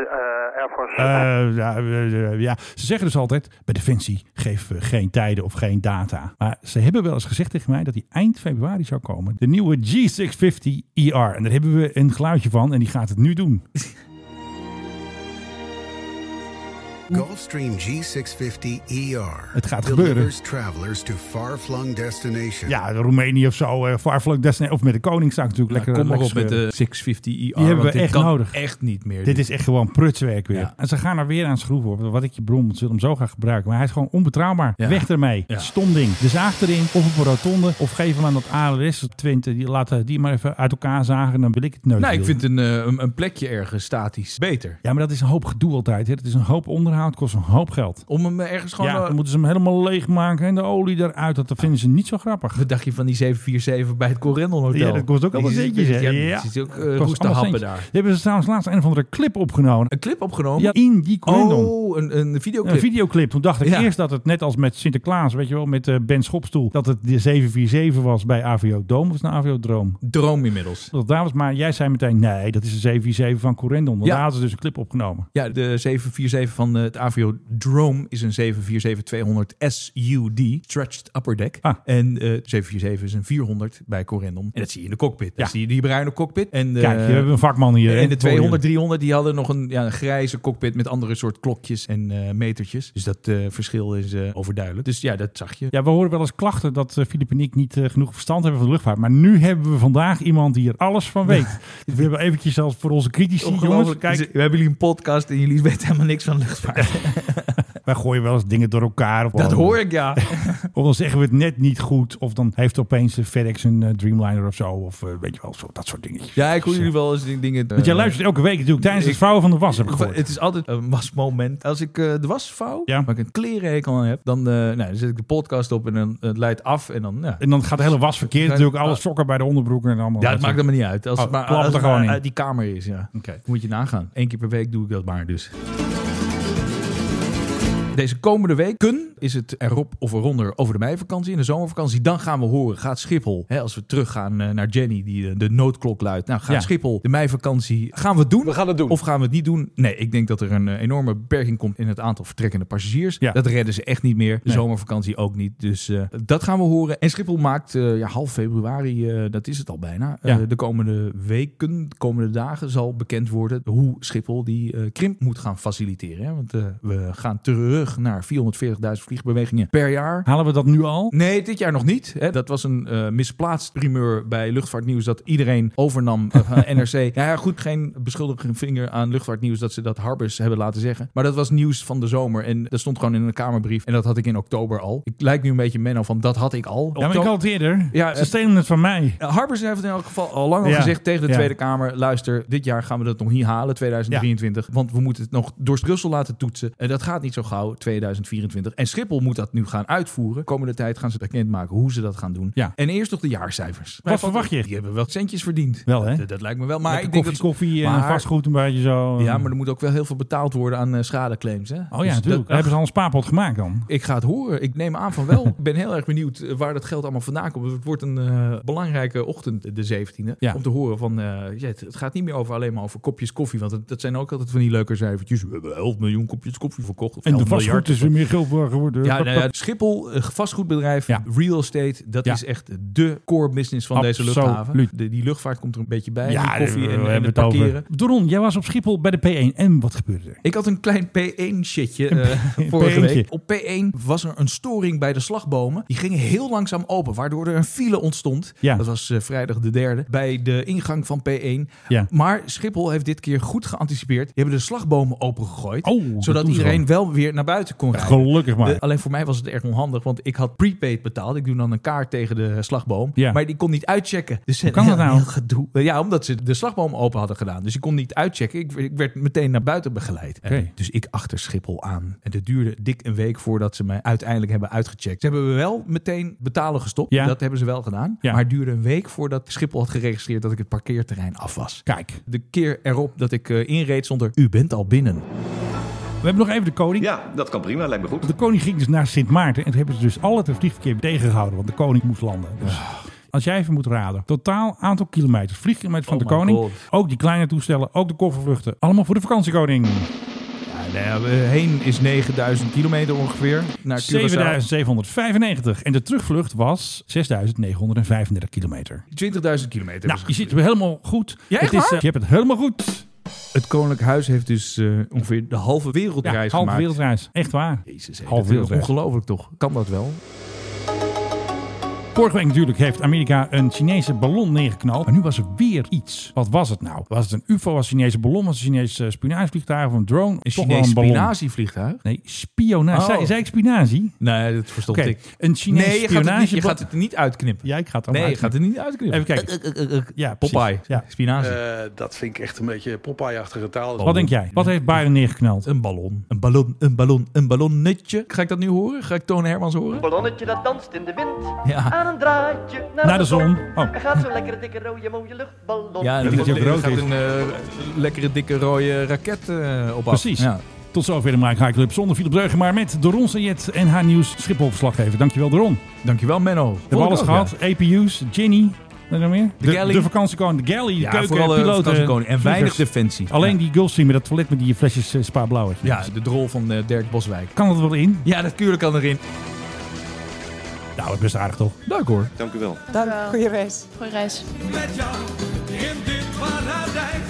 Speaker 4: Air Force.
Speaker 2: Eh, ja, eh, eh, ja, ze zeggen dus altijd: bij Defensie geef eh, geen tijden of geen data. Maar ze hebben wel eens gezegd tegen mij dat die eind februari zou komen. De nieuwe G650ER. E En daar hebben we een geluidje van en die gaat het nu doen.
Speaker 14: Gulfstream G650 ER
Speaker 2: Het gaat gebeuren.
Speaker 14: delivers travelers to far-flung destinations.
Speaker 2: Ja, Roemenië of zo, eh Farflug Destiny. Of met de koning zou ik natuurlijk
Speaker 9: Nou, Kom
Speaker 2: lekker
Speaker 9: maar op
Speaker 2: lekker
Speaker 9: met eh,
Speaker 2: scheuren.
Speaker 9: de 650 IR.
Speaker 2: Die hebben we
Speaker 9: want dit
Speaker 2: echt
Speaker 9: kan
Speaker 2: nodig.
Speaker 9: echt niet meer.
Speaker 2: Dit is echt gewoon prutswerk weer.
Speaker 9: Ja.
Speaker 2: En ze gaan er weer aan schroeven. hoor. Wat ik je brom, ze willen hem zo gaan gebruiken. Maar hij is gewoon onbetrouwbaar.
Speaker 9: Ja.
Speaker 2: Weg ermee.
Speaker 9: Ja.
Speaker 2: Stom ding. De zaag erin. Of op een rotonde. Of geef hem aan dat ALS 20. Die laten die maar even uit elkaar zagen. Dan wil ik het neus.
Speaker 9: Nou, ik vind een, eh, een, een plekje ergens statisch beter.
Speaker 2: Ja, maar dat is een hoop gedoe altijd. Hè. Dat is een hoop onderhoud. kost een hoop geld.
Speaker 9: Om hem ergens gewoon...
Speaker 2: ja,
Speaker 9: eh,
Speaker 2: dan moeten ze hem helemaal leegmaken. En de olie eruit. Dat vinden ze niet zo grappig.
Speaker 9: Wat dacht je van die 747 bij het Corendon Hotel?
Speaker 2: Ja, dat kost ook
Speaker 9: was-
Speaker 2: iets centjes. hè.
Speaker 9: Ja,
Speaker 2: Ja,
Speaker 9: er zitten ook eh,
Speaker 2: Kost
Speaker 9: roeste
Speaker 2: allemaal
Speaker 9: happen
Speaker 2: centjes.
Speaker 9: daar.
Speaker 2: Die hebben ze trouwens laatst een of andere clip opgenomen.
Speaker 9: Een clip opgenomen?
Speaker 2: Ja, in die Corendon.
Speaker 9: oh, een, een videoclip.
Speaker 2: Een videoclip. Toen dacht ik
Speaker 9: Ja.
Speaker 2: eerst dat het net als met Sinterklaas, weet je wel, met eh, Ben Schopstoel, dat het de 747 was bij AVO Dome of is het een AVO Droom.
Speaker 9: Droom inmiddels.
Speaker 2: Dat daar was, maar jij zei meteen, nee, dat is de 747 van Corendon. Want
Speaker 9: Ja.
Speaker 2: Daar hadden ze dus een clip opgenomen.
Speaker 9: Ja, de 747 van eh, het AVO Drome is een 747-200 SUD, Stretched Upper Deck.
Speaker 2: Ah.
Speaker 9: En eh 747 is een 400 bij Corendon. En dat zie je in de cockpit.
Speaker 2: Ja.
Speaker 9: Dat zie je die bruine cockpit. En, eh,
Speaker 2: Kijk, we hebben een vakman hier. hè,
Speaker 9: en de
Speaker 2: voor je.
Speaker 9: 200, 300, die hadden nog een, ja, een grijze cockpit met andere soort klokjes en eh, metertjes. Dus dat eh, verschil is eh, overduidelijk. Dus ja, dat zag je.
Speaker 2: Ja, we horen wel eens klachten dat eh, Filip en ik niet eh, genoeg verstand hebben van de luchtvaart. Maar nu hebben we vandaag iemand die er alles van weet. we hebben eventjes zelfs voor onze critici, jongens.
Speaker 9: Ongelooflijk.
Speaker 2: Kijk,
Speaker 9: Dus We hebben jullie een podcast en jullie weten helemaal niks van luchtvaart.
Speaker 2: wij gooien wel eens dingen door elkaar. Of
Speaker 9: Dat
Speaker 2: wel-
Speaker 9: hoor ik, ja.
Speaker 2: Of dan zeggen we het net niet goed. Of dan heeft opeens de FedEx een eh, Dreamliner of zo. Of eh, weet je wel, zo, dat soort dingetjes.
Speaker 9: Ja, ik hoor jullie wel eens die dingen...
Speaker 2: Want jij
Speaker 9: eh,
Speaker 2: luistert elke week natuurlijk tijdens het
Speaker 9: ik-
Speaker 2: vouwen van de was, heb ik
Speaker 9: Ik
Speaker 2: gehoord.
Speaker 9: va- eh, Het is altijd een wasmoment. Als ik eh, de was vouw,
Speaker 2: Ja.
Speaker 9: waar ik een klerenhekel aan heb, dan, eh, nou, dan zet ik de podcast op en dan het leidt af. En dan, ja.
Speaker 2: En dan gaat de hele was verkeerd
Speaker 9: Zijn-
Speaker 2: natuurlijk. Alle sokken bij de onderbroeken en allemaal.
Speaker 9: ja,
Speaker 2: dat
Speaker 9: het maakt
Speaker 2: soort-
Speaker 9: helemaal niet uit. Als
Speaker 2: Oh,
Speaker 9: het maar,
Speaker 2: klap
Speaker 9: als
Speaker 2: er
Speaker 9: het
Speaker 2: gewoon
Speaker 9: maar
Speaker 2: in.
Speaker 9: uit die kamer is, ja.
Speaker 2: Oké.
Speaker 9: Moet je nagaan. Eén keer per week doe ik dat maar dus. Deze komende week kun, is het erop of eronder over de meivakantie en de zomervakantie. Dan gaan we horen, gaat Schiphol, hè, als we teruggaan eh, naar Jenny die eh, de noodklok luidt. Nou, gaat
Speaker 2: Ja.
Speaker 9: Schiphol de meivakantie, gaan we het doen?
Speaker 12: We gaan het doen.
Speaker 9: Of gaan we het niet doen? Nee, ik denk dat er een eh, enorme beperking komt in het aantal vertrekkende passagiers.
Speaker 2: Ja.
Speaker 9: Dat redden ze echt niet meer. De
Speaker 2: Nee.
Speaker 9: zomervakantie ook niet. Dus eh, dat gaan we horen. En Schiphol maakt eh, ja, half februari, eh, dat is het al bijna.
Speaker 2: Ja.
Speaker 9: Eh, de komende weken, de komende dagen zal bekend worden hoe Schiphol die eh, krimp moet gaan faciliteren. Hè? Want eh, we gaan terug naar 440.000 vliegbewegingen per jaar.
Speaker 2: Halen we dat nu al?
Speaker 9: Nee, dit jaar nog niet. Hè. Dat was een eh, misplaatst primeur bij Luchtvaartnieuws dat iedereen overnam eh, van NRC. Nou ja, goed, geen beschuldigende vinger aan Luchtvaartnieuws dat ze dat Harbers hebben laten zeggen. Maar dat was nieuws van de zomer en dat stond gewoon in een Kamerbrief. En dat had ik in oktober al. Ik lijk nu een beetje Menno van dat had ik al.
Speaker 2: Ja, maar ik
Speaker 9: Oktober-
Speaker 2: had het eerder.
Speaker 9: Ja,
Speaker 2: Ze
Speaker 9: het-
Speaker 2: stelen het van mij.
Speaker 9: eh, Harbers heeft in elk geval al lang al
Speaker 2: Ja.
Speaker 9: gezegd tegen de
Speaker 2: Ja.
Speaker 9: Tweede Kamer: luister, dit jaar gaan we dat nog niet halen, 2023. Want we moeten het nog door Brussel laten toetsen. En dat gaat niet zo gauw. nou 2024. En Schiphol moet dat nu gaan uitvoeren. Komende tijd gaan ze bekendmaken hoe ze dat gaan doen.
Speaker 2: Ja.
Speaker 9: En eerst nog de jaarcijfers.
Speaker 2: Wat verwacht je?
Speaker 9: Die hebben wel centjes verdiend.
Speaker 2: Wel, hè?
Speaker 9: Dat, dat lijkt me wel. Maar
Speaker 2: Lekker
Speaker 9: ik denk
Speaker 2: koffie,
Speaker 9: dat,
Speaker 2: koffie eh, en
Speaker 9: maar-
Speaker 2: vastgoed een beetje zo.
Speaker 9: Ja, maar er moet ook wel heel veel betaald worden aan eh, schadeclaims. Hè?
Speaker 2: Oh ja, natuurlijk.
Speaker 9: dat-
Speaker 2: Hebben ze al een spaarpot gemaakt dan?
Speaker 9: ik ga het horen. Ik neem aan van wel. Ik ben heel erg benieuwd eh, waar dat geld allemaal vandaan komt. Het wordt een eh, belangrijke ochtend, de 17e.
Speaker 2: Ja.
Speaker 9: Om te horen van, eh, ja, het, het gaat niet meer over alleen maar over kopjes koffie. Want het- dat zijn ook altijd van die leuke cijfertjes. We hebben 11 miljoen kopjes koffie verkocht. Of
Speaker 2: En de
Speaker 9: 11 miljard
Speaker 2: vastgoed
Speaker 9: of
Speaker 2: is
Speaker 9: zo.
Speaker 2: weer meer geld waard geworden.
Speaker 9: Ja, nou ja, Schiphol, eh, vastgoedbedrijf, real estate, dat
Speaker 2: Ja.
Speaker 9: is echt de core business van deze luchthaven.
Speaker 2: Absoluut.
Speaker 9: De- die luchtvaart komt er een beetje bij.
Speaker 2: Ja,
Speaker 9: die koffie
Speaker 2: we
Speaker 9: en, en
Speaker 2: hebben
Speaker 9: het
Speaker 2: het over.
Speaker 9: parkeren.
Speaker 2: Doron, jij was op Schiphol bij de P1. En wat gebeurde er?
Speaker 9: Ik had een klein P1-shitje
Speaker 2: Een
Speaker 9: eh, vorige
Speaker 2: P1'tje.
Speaker 9: week. Op P1 was er een storing bij de slagbomen. Die gingen heel langzaam open, waardoor er een file ontstond.
Speaker 2: Ja.
Speaker 9: Dat was eh, vrijdag de derde, bij de ingang van P1.
Speaker 2: Ja.
Speaker 9: Maar Schiphol heeft dit keer goed geanticipeerd. Die hebben de slagbomen opengegooid,
Speaker 2: dat
Speaker 9: zodat
Speaker 2: Oh, doen ze
Speaker 9: iedereen wel weer naar buiten kon rijden.
Speaker 2: Gelukkig maar.
Speaker 9: De- alleen voor mij was het erg onhandig, want ik had prepaid betaald. Ik doe dan een kaart tegen de slagboom,
Speaker 2: Ja.
Speaker 9: maar die kon niet uitchecken. Dus
Speaker 2: Hoe kan dat nou?
Speaker 9: heel gedoe. Eh, Ja, omdat ze de slagboom open hadden gedaan. Dus ik kon niet uitchecken. Ik, ik werd meteen naar buiten begeleid.
Speaker 2: Oké.
Speaker 9: Eh, Dus ik achter Schiphol aan. En het duurde dik een week voordat ze mij uiteindelijk hebben uitgecheckt. Ze hebben me wel meteen betalen gestopt.
Speaker 2: Ja.
Speaker 9: Dat hebben ze wel gedaan.
Speaker 2: Ja.
Speaker 9: Maar het duurde een week voordat Schiphol had geregistreerd dat ik het parkeerterrein af was.
Speaker 2: Kijk.
Speaker 9: De keer erop dat ik eh, inreed stond er, u bent al binnen.
Speaker 2: We hebben nog even de koning.
Speaker 15: Ja, dat kan prima, lijkt me goed.
Speaker 2: De koning ging dus naar Sint Maarten. En toen hebben ze dus al het vliegverkeer tegengehouden. Want de koning moest landen. Dus
Speaker 9: Ah.
Speaker 2: als jij even moet raden. Totaal aantal kilometers. Vliegkilometers van
Speaker 9: Oh
Speaker 2: de
Speaker 9: my
Speaker 2: koning.
Speaker 9: God.
Speaker 2: Ook die kleine toestellen. Ook de koffervluchten. Allemaal voor de vakantiekoning.
Speaker 9: Ja, nou ja, we- heen is 9000 kilometer ongeveer naar Curaçao.
Speaker 2: 7795. En de terugvlucht was 6935 kilometer.
Speaker 9: 20.000 kilometer.
Speaker 2: Nou, je zit er helemaal goed. het is, eh, je hebt het helemaal goed.
Speaker 9: Het Koninklijk Huis heeft dus eh, ongeveer de halve wereldreis
Speaker 2: ja, halve
Speaker 9: gemaakt.
Speaker 2: wereldreis. Echt waar.
Speaker 9: Jezus, hé,
Speaker 2: halve
Speaker 9: dat is
Speaker 2: wereldreis.
Speaker 9: Ongelooflijk toch? Kan dat wel?
Speaker 2: Vorige week natuurlijk heeft Amerika een Chinese ballon neergeknald. Maar nu was er weer iets. Wat was het nou? Was het een ufo? Was het een Chinese ballon? Was het een Chinees eh, spionagevliegtuig? Of een drone?
Speaker 9: Een
Speaker 2: Toch wel
Speaker 9: Chinees
Speaker 2: een ballon.
Speaker 9: spionagevliegtuig?
Speaker 2: Nee, spionage.
Speaker 9: Oh.
Speaker 2: Zei, zei ik spionazie?
Speaker 9: Nee, dat verstond
Speaker 2: Oké,
Speaker 9: ik.
Speaker 2: een Chinees
Speaker 9: nee, je gaat, het niet, je
Speaker 2: spionagebod-
Speaker 9: gaat het niet uitknippen.
Speaker 2: Ja, ik ga het
Speaker 9: Nee,
Speaker 2: allemaal
Speaker 9: je gaat het niet uitknippen. Eh,
Speaker 2: Even kijken.
Speaker 9: Ja, Eh.
Speaker 2: Ja,
Speaker 9: Popeye.
Speaker 2: precies. Ja.
Speaker 9: Spinazie.
Speaker 16: Eh, dat vind ik echt een beetje Popeye-achtige taal.
Speaker 2: Wat denk jij? Wat heeft Biden neergeknald?
Speaker 9: Een ballon. Een ballon, een ballon, een ballonnetje. Ga ik dat nu horen? Ga ik Toon Hermans horen?
Speaker 17: Ballonnetje dat danst in de wind.
Speaker 9: Ja.
Speaker 17: Aan een draadje naar,
Speaker 9: Naar de zon. Oh.
Speaker 17: En gaat zo lekker dikke rode mooie luchtballon.
Speaker 9: Ja,
Speaker 2: dat die ook rood
Speaker 9: gaat
Speaker 2: is.
Speaker 9: een eh, lekkere dikke rode raket eh, op af.
Speaker 2: Precies.
Speaker 9: Ja.
Speaker 2: Tot zover de Mike High Club zonder Philip Dreugen, maar met Doron Sayed en haar nieuws Schiphol-verslaggever. Dankjewel Doron.
Speaker 9: Dankjewel Menno.
Speaker 2: We hebben alles
Speaker 9: ook,
Speaker 2: gehad. APU's, Ginny, wat is er nog meer?
Speaker 9: De galley.
Speaker 2: De vakantiekoning, de galley, de
Speaker 9: Ja,
Speaker 2: keuken,
Speaker 9: vooral eh, de
Speaker 2: piloten.
Speaker 9: vakantiekoning. En
Speaker 2: vliegers.
Speaker 9: weinig defensie.
Speaker 2: Alleen die Gulfstream met dat toilet met die flesjes eh, spa blauw.
Speaker 9: Ja, de drol van eh, Dirk Boswijk.
Speaker 2: Kan dat wel in?
Speaker 9: Ja, natuurlijk kan erin.
Speaker 2: Nou, het is best aardig toch?
Speaker 9: Leuk hoor.
Speaker 15: Dank u wel.
Speaker 16: Dank,
Speaker 3: goede reis. Goeie reis.
Speaker 5: Met jou in dit paradijs.